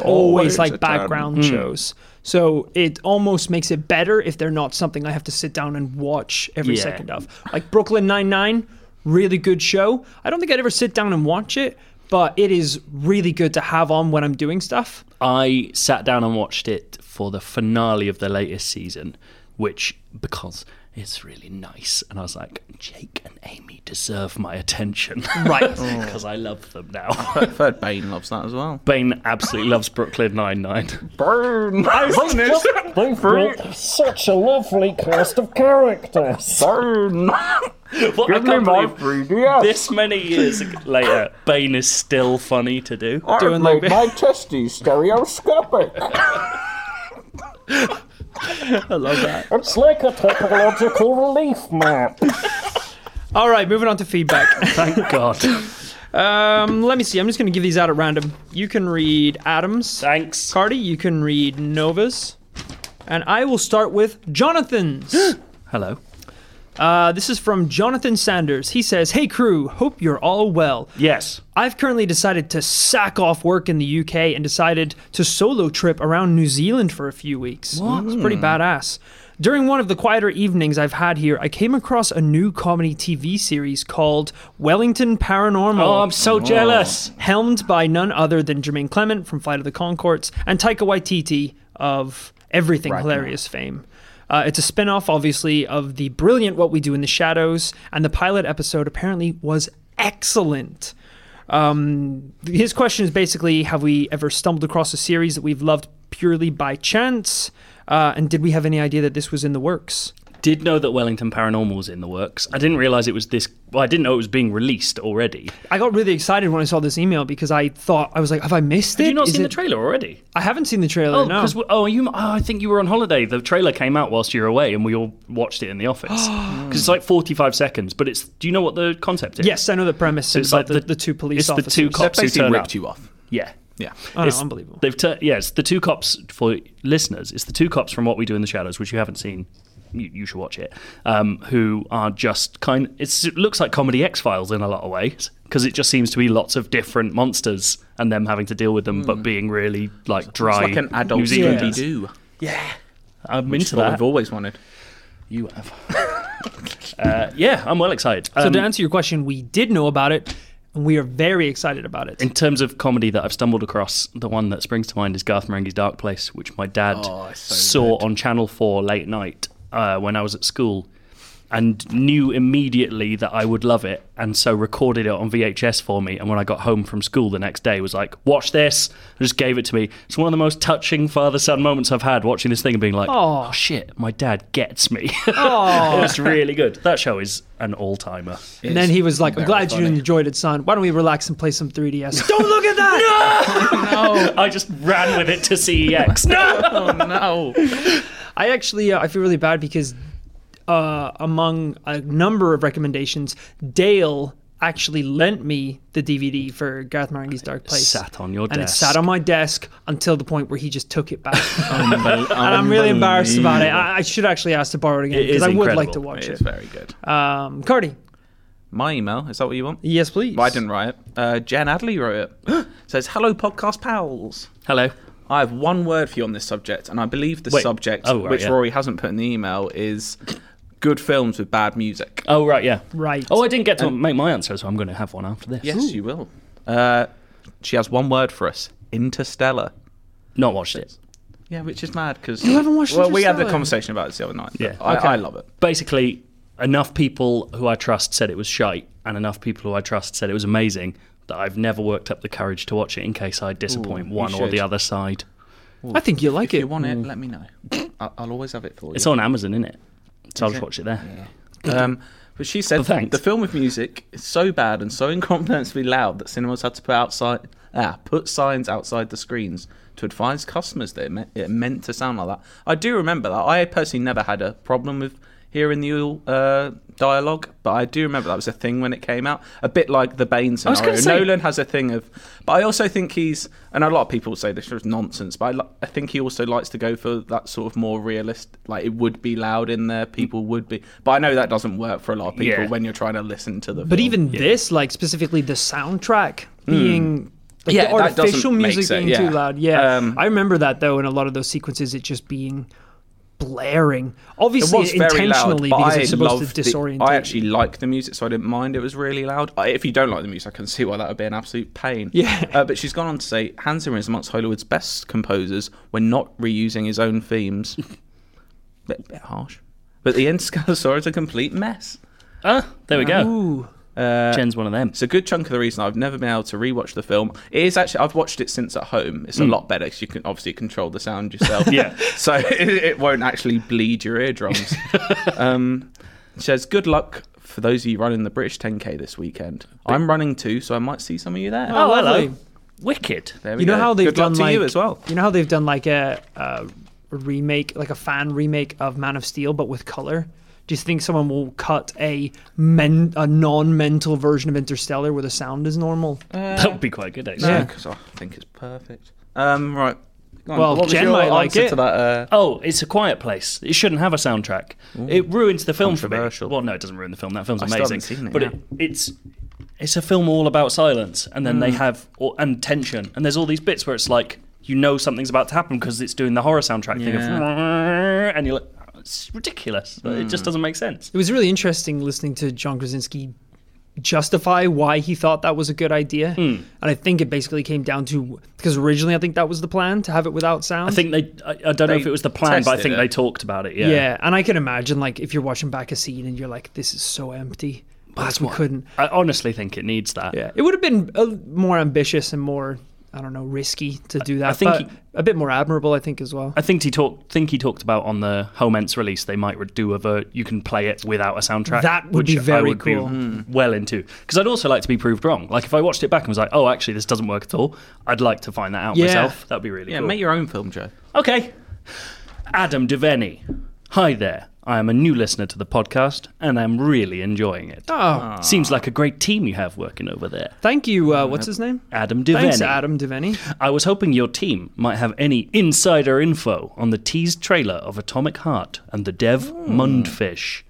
Speaker 1: always
Speaker 4: Always a
Speaker 1: like
Speaker 4: ten.
Speaker 1: background
Speaker 2: Hmm.
Speaker 1: shows. So it almost makes it better if they're not something I have to sit down and watch every
Speaker 2: Yeah.
Speaker 1: second of. Like Brooklyn Nine Nine, really good show. I don't think I'd ever sit down and watch it, but it is really good to have on when I'm doing stuff.
Speaker 2: I sat down and watched it for the finale of the latest season, which because it's really nice, and I was like, Jake and Amy deserve my attention, right? Because I love them now.
Speaker 4: I've heard Bane loves that as well.
Speaker 2: Bane absolutely loves Brooklyn Nine Nine.
Speaker 4: Burn.
Speaker 3: They've brought such a lovely cast of characters.
Speaker 4: Burn.
Speaker 2: What I can't believe
Speaker 3: 3DS.
Speaker 2: this many years later, Bane is still funny to do.
Speaker 1: Doing like
Speaker 3: my testes stereoscopic.
Speaker 1: I love that.
Speaker 3: It's like a topological relief map.
Speaker 1: All right, moving on to feedback.
Speaker 2: Thank God.
Speaker 1: um, let me see. I'm just going to give these out at random. You can read Adams,
Speaker 2: Thanks.
Speaker 1: Cardi. You can read Novas, and I will start with Jonathan's.
Speaker 2: Hello.
Speaker 1: Uh, this is from Jonathan Sanders. He says, Hey crew, hope you're all well.
Speaker 2: Yes.
Speaker 1: I've currently decided to sack off work in the UK
Speaker 2: Hmm.
Speaker 1: and decided to solo trip around New Zealand for a few weeks. It's pretty badass. During one of the quieter evenings I've had here, I came across a new comedy TV series called Wellington Paranormal.
Speaker 2: Oh, I'm so jealous.
Speaker 1: Helmed by none other than Jermaine Clement from Flight of the Concords and Taika Waititi of Everything Hilarious fame. Uh, it's a spin off, obviously, of the brilliant What We Do in the Shadows, and the pilot episode apparently was excellent. Um, his question is basically Have we ever stumbled across a series that we've loved purely by chance? Uh, and did we have any idea that this was in the works?
Speaker 2: Did know that Wellington Paranormal was in the works. I didn't realize it was this. Well, I didn't know it was being released already.
Speaker 1: I got really excited when I saw this email because I thought, I was like, Have I missed it?
Speaker 2: Have you not
Speaker 1: Is
Speaker 2: seen the
Speaker 1: it-
Speaker 2: trailer already?
Speaker 1: I haven't seen the trailer,
Speaker 2: Oh,
Speaker 1: no.
Speaker 2: because oh, you. Oh, I think you were on holiday. The trailer came out whilst you were away, and we all watched it in the office. Because it's like forty-five seconds, but it's. Do you know what the concept is?
Speaker 1: Yes, I know the premise.
Speaker 2: it's
Speaker 1: about
Speaker 2: like
Speaker 1: the,
Speaker 2: the-
Speaker 1: the two police
Speaker 2: it's the two
Speaker 1: officers.
Speaker 2: cops. Cops who
Speaker 4: basically
Speaker 2: turn
Speaker 4: ripped
Speaker 2: up.
Speaker 4: you off.
Speaker 2: Yeah.
Speaker 4: Yeah.
Speaker 1: Oh, no,
Speaker 2: It's-
Speaker 1: unbelievable.
Speaker 2: They've tur- yeah, it's the two cops for listeners. It's the two cops from What We Do in the Shadows, which you haven't seen. You, you should watch it. Um, who are just kind. It's, it looks like comedy X Files in a lot of ways because it just seems to be lots of different monsters and them having to deal with them, but being really like
Speaker 4: It's
Speaker 2: dry.
Speaker 4: like an adult
Speaker 2: New Zealanders.
Speaker 4: Scooby Doo.
Speaker 2: I'm into
Speaker 4: What
Speaker 2: that.
Speaker 4: I've always wanted.
Speaker 2: You have. uh, yeah, I'm well excited.
Speaker 1: So
Speaker 2: Um,
Speaker 1: to answer your question, we did know about it, and we are very excited about it.
Speaker 2: in terms of comedy that I've stumbled across, the one that springs to mind is Garth Marenghi's Dark Place, which my dad saw on Channel 4 late night uh, when I was at school and knew immediately that I would love it and so recorded it on VHS for me and when I got home from school the next day was like watch this and just gave it to me it's one of the most touching father son moments I've had watching this thing and being like oh, shit my dad gets me oh. it was really good that show is an all timer
Speaker 1: and then he was like, "I'm glad you enjoyed it, son. Why don't we relax and play some 3DS?" Don't look at that.
Speaker 2: I just ran with it to E CEX no
Speaker 4: Oh no!
Speaker 1: I actually, uh, I feel really bad because uh, among a number of recommendations, Dale actually lent me the DVD for Garth Marenghi's Dark Place.
Speaker 2: sat on your
Speaker 1: and it
Speaker 2: desk.
Speaker 1: sat on my desk until the point where he just took it back. and I'm really embarrassed about it. I, I should actually ask to borrow it again
Speaker 2: It
Speaker 1: because
Speaker 2: is
Speaker 1: I would like
Speaker 2: incredible.
Speaker 1: to watch
Speaker 4: It's
Speaker 1: it.
Speaker 4: very good.
Speaker 2: Uh,
Speaker 1: Um, Cardi,
Speaker 4: My email is that what you want?
Speaker 1: yes, please.
Speaker 4: Well, I didn't write it. Uh, Jan Adley wrote it. Says, "Hello, podcast pals.
Speaker 2: hello
Speaker 4: I have one word for you on this subject, and I believe the
Speaker 2: Wait.
Speaker 4: subject,
Speaker 2: Oh, right,
Speaker 4: which
Speaker 2: yeah.
Speaker 4: Rory hasn't put in the email, is good films with bad music.
Speaker 2: Oh right, yeah.
Speaker 1: Right.
Speaker 2: Oh, I didn't get to make my answer, so I'm going to have one after this.
Speaker 4: yes, you will. Uh, she has one word for us: Interstellar.
Speaker 2: Not watched it.
Speaker 4: Yeah, which is mad because
Speaker 1: You haven't watched
Speaker 4: Well, we had the
Speaker 1: Interstellar?
Speaker 4: conversation about this the other night. but
Speaker 2: Yeah.
Speaker 4: I, I love it.
Speaker 2: Basically, enough people who I trust said it was shite, and enough people who I trust said it was amazing that I've never worked up the courage to watch it in case I disappoint
Speaker 4: you
Speaker 2: one or the
Speaker 4: should.
Speaker 2: other side.
Speaker 1: I think you like
Speaker 4: If
Speaker 1: it.
Speaker 4: you want it, let me know. I'll, I'll always have it for you.
Speaker 2: It's on Amazon, isn't it? So I'll just watch it there.
Speaker 4: Um, but she said
Speaker 2: But thanks.
Speaker 4: the film with music is so bad and so incomprehensibly loud that cinemas had to put outside ah, put signs outside the screens to advise customers that it, me- it meant to sound like that. I do remember that. I personally never had a problem with hearing the uh, dialogue, but I do remember that was a thing when it came out. A bit like the Bane
Speaker 2: was
Speaker 4: scenario.
Speaker 2: gonna say-
Speaker 4: Nolan has a thing of, but I also think he's, and a lot of people say this is nonsense, but I, li- I think he also likes to go for that sort of more realist, like it would be loud in there, people would be, but I know that doesn't work for a lot of people
Speaker 2: Yeah.
Speaker 4: when you're trying to listen to the.
Speaker 1: But
Speaker 4: film.
Speaker 1: even this, like specifically the soundtrack being like,
Speaker 4: Hmm. Yeah,
Speaker 1: the
Speaker 4: that doesn't
Speaker 1: artificial
Speaker 4: make
Speaker 1: music
Speaker 4: sense,
Speaker 1: being
Speaker 4: yeah.
Speaker 1: too loud. Yeah,
Speaker 4: Um,
Speaker 1: I remember that though. In a lot of those sequences, it just being blaring. Obviously, intentionally because it's supposed
Speaker 4: loved
Speaker 1: to
Speaker 4: the-
Speaker 1: disorient.
Speaker 4: I
Speaker 1: you.
Speaker 4: actually liked the music, so I didn't mind it was really loud. I, if you don't like the music, I can see why that would be an absolute pain.
Speaker 1: Yeah.
Speaker 4: Uh, but she's gone on to say Hans Zimmer is amongst Hollywood's best composers when not reusing his own themes. bit, bit harsh. But the Interstellar story is a complete mess.
Speaker 2: Ah, there we go.
Speaker 1: Ooh,
Speaker 4: Uh,
Speaker 2: Jen's one of them.
Speaker 4: It's a good chunk of the reason I've never been able to rewatch the film. It is actually I've watched it since at home.
Speaker 1: Mm.
Speaker 4: It's a lot better because you can obviously control the sound yourself.
Speaker 2: Yeah.
Speaker 4: so it, it won't actually bleed your eardrums. um, she says good luck for those of you running the British 10k this weekend. I'm running too, so I might see some of you there.
Speaker 1: Oh,
Speaker 2: hello.
Speaker 1: lovely.
Speaker 2: Wicked.
Speaker 4: There we
Speaker 1: You know
Speaker 4: go.
Speaker 1: how they've
Speaker 4: good
Speaker 1: done
Speaker 4: luck to
Speaker 1: like
Speaker 4: you as well.
Speaker 1: You know how they've done like a, a remake, like a fan remake of Man of Steel, but with color. Do you think someone will cut a men, a non-mental version of Interstellar where the sound is normal?
Speaker 2: that would be quite good, actually.
Speaker 1: Yeah.
Speaker 4: because I think it's perfect. Um, right. Go on.
Speaker 1: Well,
Speaker 4: What was
Speaker 1: Jen
Speaker 4: your
Speaker 1: might like
Speaker 4: answer
Speaker 1: it.
Speaker 4: to that. Uh,
Speaker 2: Oh, it's a quiet place. It shouldn't have a soundtrack. It ruins the film for me.
Speaker 4: Controversial.
Speaker 2: Well, no, it doesn't ruin the film. That film's
Speaker 4: I still
Speaker 2: amazing.
Speaker 4: haven't seen it,
Speaker 2: but
Speaker 4: yeah. Mm.
Speaker 2: it, it's it's a film all about silence, and then they have all, and tension, and there's all these bits where it's like you know something's about to happen because it's doing the horror soundtrack thing of and you're like. It's ridiculous. It
Speaker 4: Mm.
Speaker 2: just doesn't make sense.
Speaker 1: It was really interesting listening to John Krasinski justify why he thought that was a good idea.
Speaker 2: Hmm.
Speaker 1: And I think it basically came down to because originally I think that was the plan to have it without sound.
Speaker 2: I think they. I, I don't know
Speaker 4: They
Speaker 2: if it was the plan, but I
Speaker 4: tested
Speaker 2: think
Speaker 4: it.
Speaker 2: they talked about it. Yeah.
Speaker 1: yeah. and I can imagine like if you're watching back a scene and you're like this is so empty. But we couldn't.
Speaker 2: I honestly think it needs that.
Speaker 1: Yeah, it would have been a, more ambitious and more I don't know, risky to do that. I
Speaker 2: think
Speaker 1: think
Speaker 2: he-
Speaker 1: a bit more admirable I think as well.
Speaker 2: I think he talked. Think he talked about on the Home Ents release. They might do a ver- you can play it without a soundtrack.
Speaker 1: That would be
Speaker 2: which I
Speaker 1: very
Speaker 2: would be
Speaker 1: cool.
Speaker 4: Hmm.
Speaker 2: well into because I'd also like to be proved wrong. Like if I watched it back and was like, oh, actually this doesn't work at all. I'd like to find that out
Speaker 1: Yeah.
Speaker 2: myself. That'd be really
Speaker 4: Yeah,
Speaker 2: cool.
Speaker 4: make your own film, Joe.
Speaker 2: Okay. Adam Devaney. Hi there. I am a new listener to the podcast and I'm really enjoying it.
Speaker 1: Oh,
Speaker 2: Seems like a great team you have working over there.
Speaker 1: thank you. Uh, what's his name?
Speaker 2: Adam Devaney.
Speaker 1: Thanks, Adam Devaney.
Speaker 2: I was hoping your team might have any insider info on the teased trailer of Atomic Heart and the dev
Speaker 1: Hmm.
Speaker 2: Mundfish.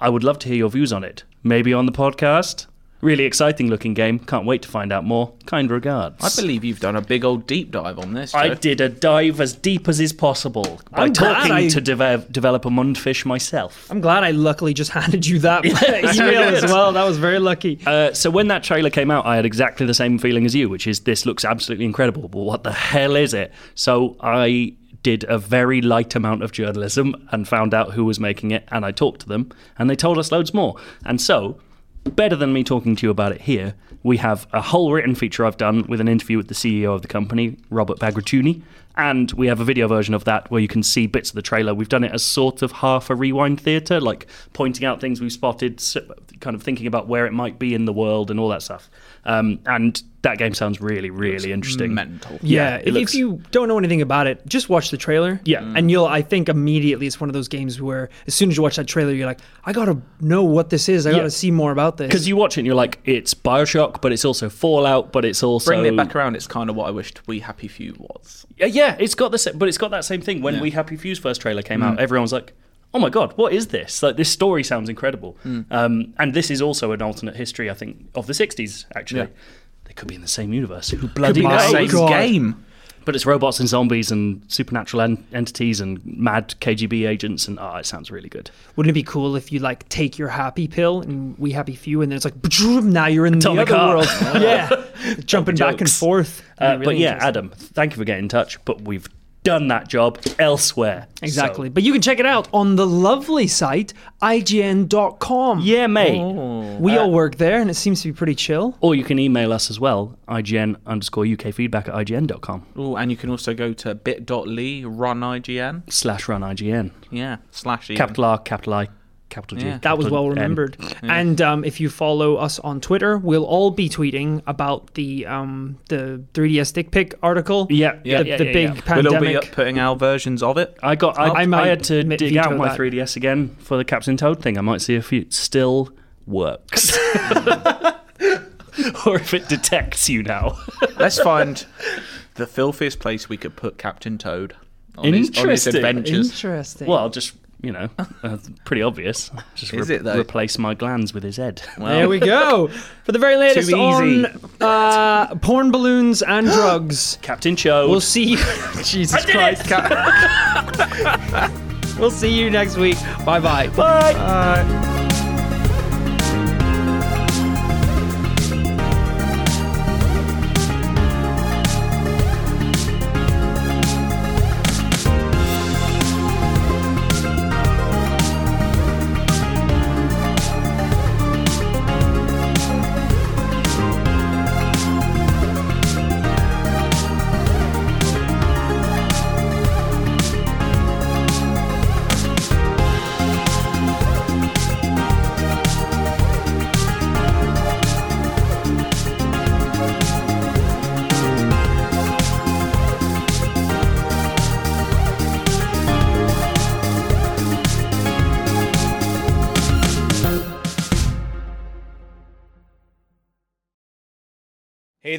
Speaker 2: I would love to hear your views on it. Maybe on the podcast? Really exciting looking game. Can't wait to find out more. Kind regards.
Speaker 4: I believe you've done a big old deep dive on this. Joe.
Speaker 2: I did a dive as deep as is possible by
Speaker 1: I'm glad
Speaker 2: talking
Speaker 1: I-
Speaker 2: to dev- developer Mundfish myself.
Speaker 1: I'm glad I luckily just handed you that email as well. That was very lucky.
Speaker 2: Uh, so when that trailer came out, I had exactly the same feeling as you, which is this looks absolutely incredible, but what the hell is it? So I did a very light amount of journalism and found out who was making it, and I talked to them, and they told us loads more. And so, better than me talking to you about it here, we have a whole written feature I've done with an interview with the CEO of the company, Robert Bagratuni, and we have a video version of that where you can see bits of the trailer. We've done it as sort of half a rewind theatre, like pointing out things we've spotted, s- kind of thinking about where it might be in the world and all that stuff. Um, and that game sounds really, really interesting.
Speaker 4: mental.
Speaker 1: Yeah,
Speaker 2: it
Speaker 1: if,
Speaker 2: looks-
Speaker 1: if you don't know anything about it, just watch the trailer.
Speaker 2: Yeah.
Speaker 1: and you'll. I think immediately it's one of those games where as soon as you watch that trailer, you're like, I gotta know what this is. I gotta see more about this.
Speaker 2: Because you watch it and you're like, it's Bioshock, but it's also Fallout, but it's also
Speaker 4: Bringing it back around, it's kind of what I wished We Happy Few was.
Speaker 2: Yeah, yeah, it's got the sa- but it's got that same thing. When We Happy Few's first trailer came
Speaker 1: Mm.
Speaker 2: out, everyone was like, "Oh my god, what is this? Like this story sounds incredible."
Speaker 1: Mm.
Speaker 2: Um, and this is also an alternate history, I think, of the '60s. Actually, they could be in the same universe. Who bloody
Speaker 1: be in the
Speaker 2: knows?
Speaker 1: same
Speaker 4: Same
Speaker 1: God.
Speaker 4: game.
Speaker 2: But it's robots and zombies and supernatural en- entities and mad KGB agents and ah, it sounds really good.
Speaker 1: Wouldn't it be cool if you like take your happy pill and we happy few, and then it's like "Bajoom," now you're in
Speaker 2: Atomic
Speaker 1: the other
Speaker 2: Heart.
Speaker 1: world. yeah, jumping back and
Speaker 2: Jokes.
Speaker 1: forth.
Speaker 2: Uh,
Speaker 1: It'd be
Speaker 2: but
Speaker 1: really
Speaker 2: yeah,
Speaker 1: interesting.
Speaker 2: Adam, thank you for getting in touch. But we've done that job elsewhere.
Speaker 1: Exactly. But you can check it out on the lovely site, ign.com.
Speaker 2: So, yeah, Uh, mate.
Speaker 1: Oh. We all work there and it seems to be pretty chill.
Speaker 2: Or you can email us as well, ign underscore uk feedback at ign.com.
Speaker 4: Ooh, and you can also go to bit.ly run IGN.
Speaker 2: slash run IGN.
Speaker 4: Yeah, slash even.
Speaker 2: Capital R, capital I, capital G.
Speaker 4: Yeah.
Speaker 1: That was
Speaker 2: capital
Speaker 1: well
Speaker 2: N.
Speaker 1: remembered. And um, if you follow us on Twitter, we'll all be tweeting about the um, the 3DS dick pic article.
Speaker 2: Yeah, yeah,
Speaker 1: the,
Speaker 2: yeah,
Speaker 1: the
Speaker 2: yeah,
Speaker 1: big
Speaker 2: yeah.
Speaker 4: We'll all
Speaker 1: pandemic.
Speaker 4: be up putting our versions of it.
Speaker 2: I got. I,
Speaker 1: I
Speaker 2: I,
Speaker 1: might
Speaker 2: had to
Speaker 1: admit
Speaker 2: dig
Speaker 1: veto
Speaker 2: out my
Speaker 1: that.
Speaker 2: 3DS again for the Captain Toad thing. I might see if it still works, or if it detects you now.
Speaker 4: Let's find the filthiest place we could put Captain Toad on his, on his
Speaker 2: Interesting.
Speaker 4: adventures.
Speaker 1: Interesting.
Speaker 2: well, I'll just you know, uh, pretty obvious. Just
Speaker 4: Is
Speaker 2: re-
Speaker 4: it, though?
Speaker 2: replace my glands with his head.
Speaker 1: there we go. For the very latest
Speaker 4: Too easy.
Speaker 1: on uh, porn balloons and drugs.
Speaker 2: Captain Cho.
Speaker 1: We'll see you. Jesus Christ. we'll see you next week. Bye bye.
Speaker 2: Bye.
Speaker 5: Hey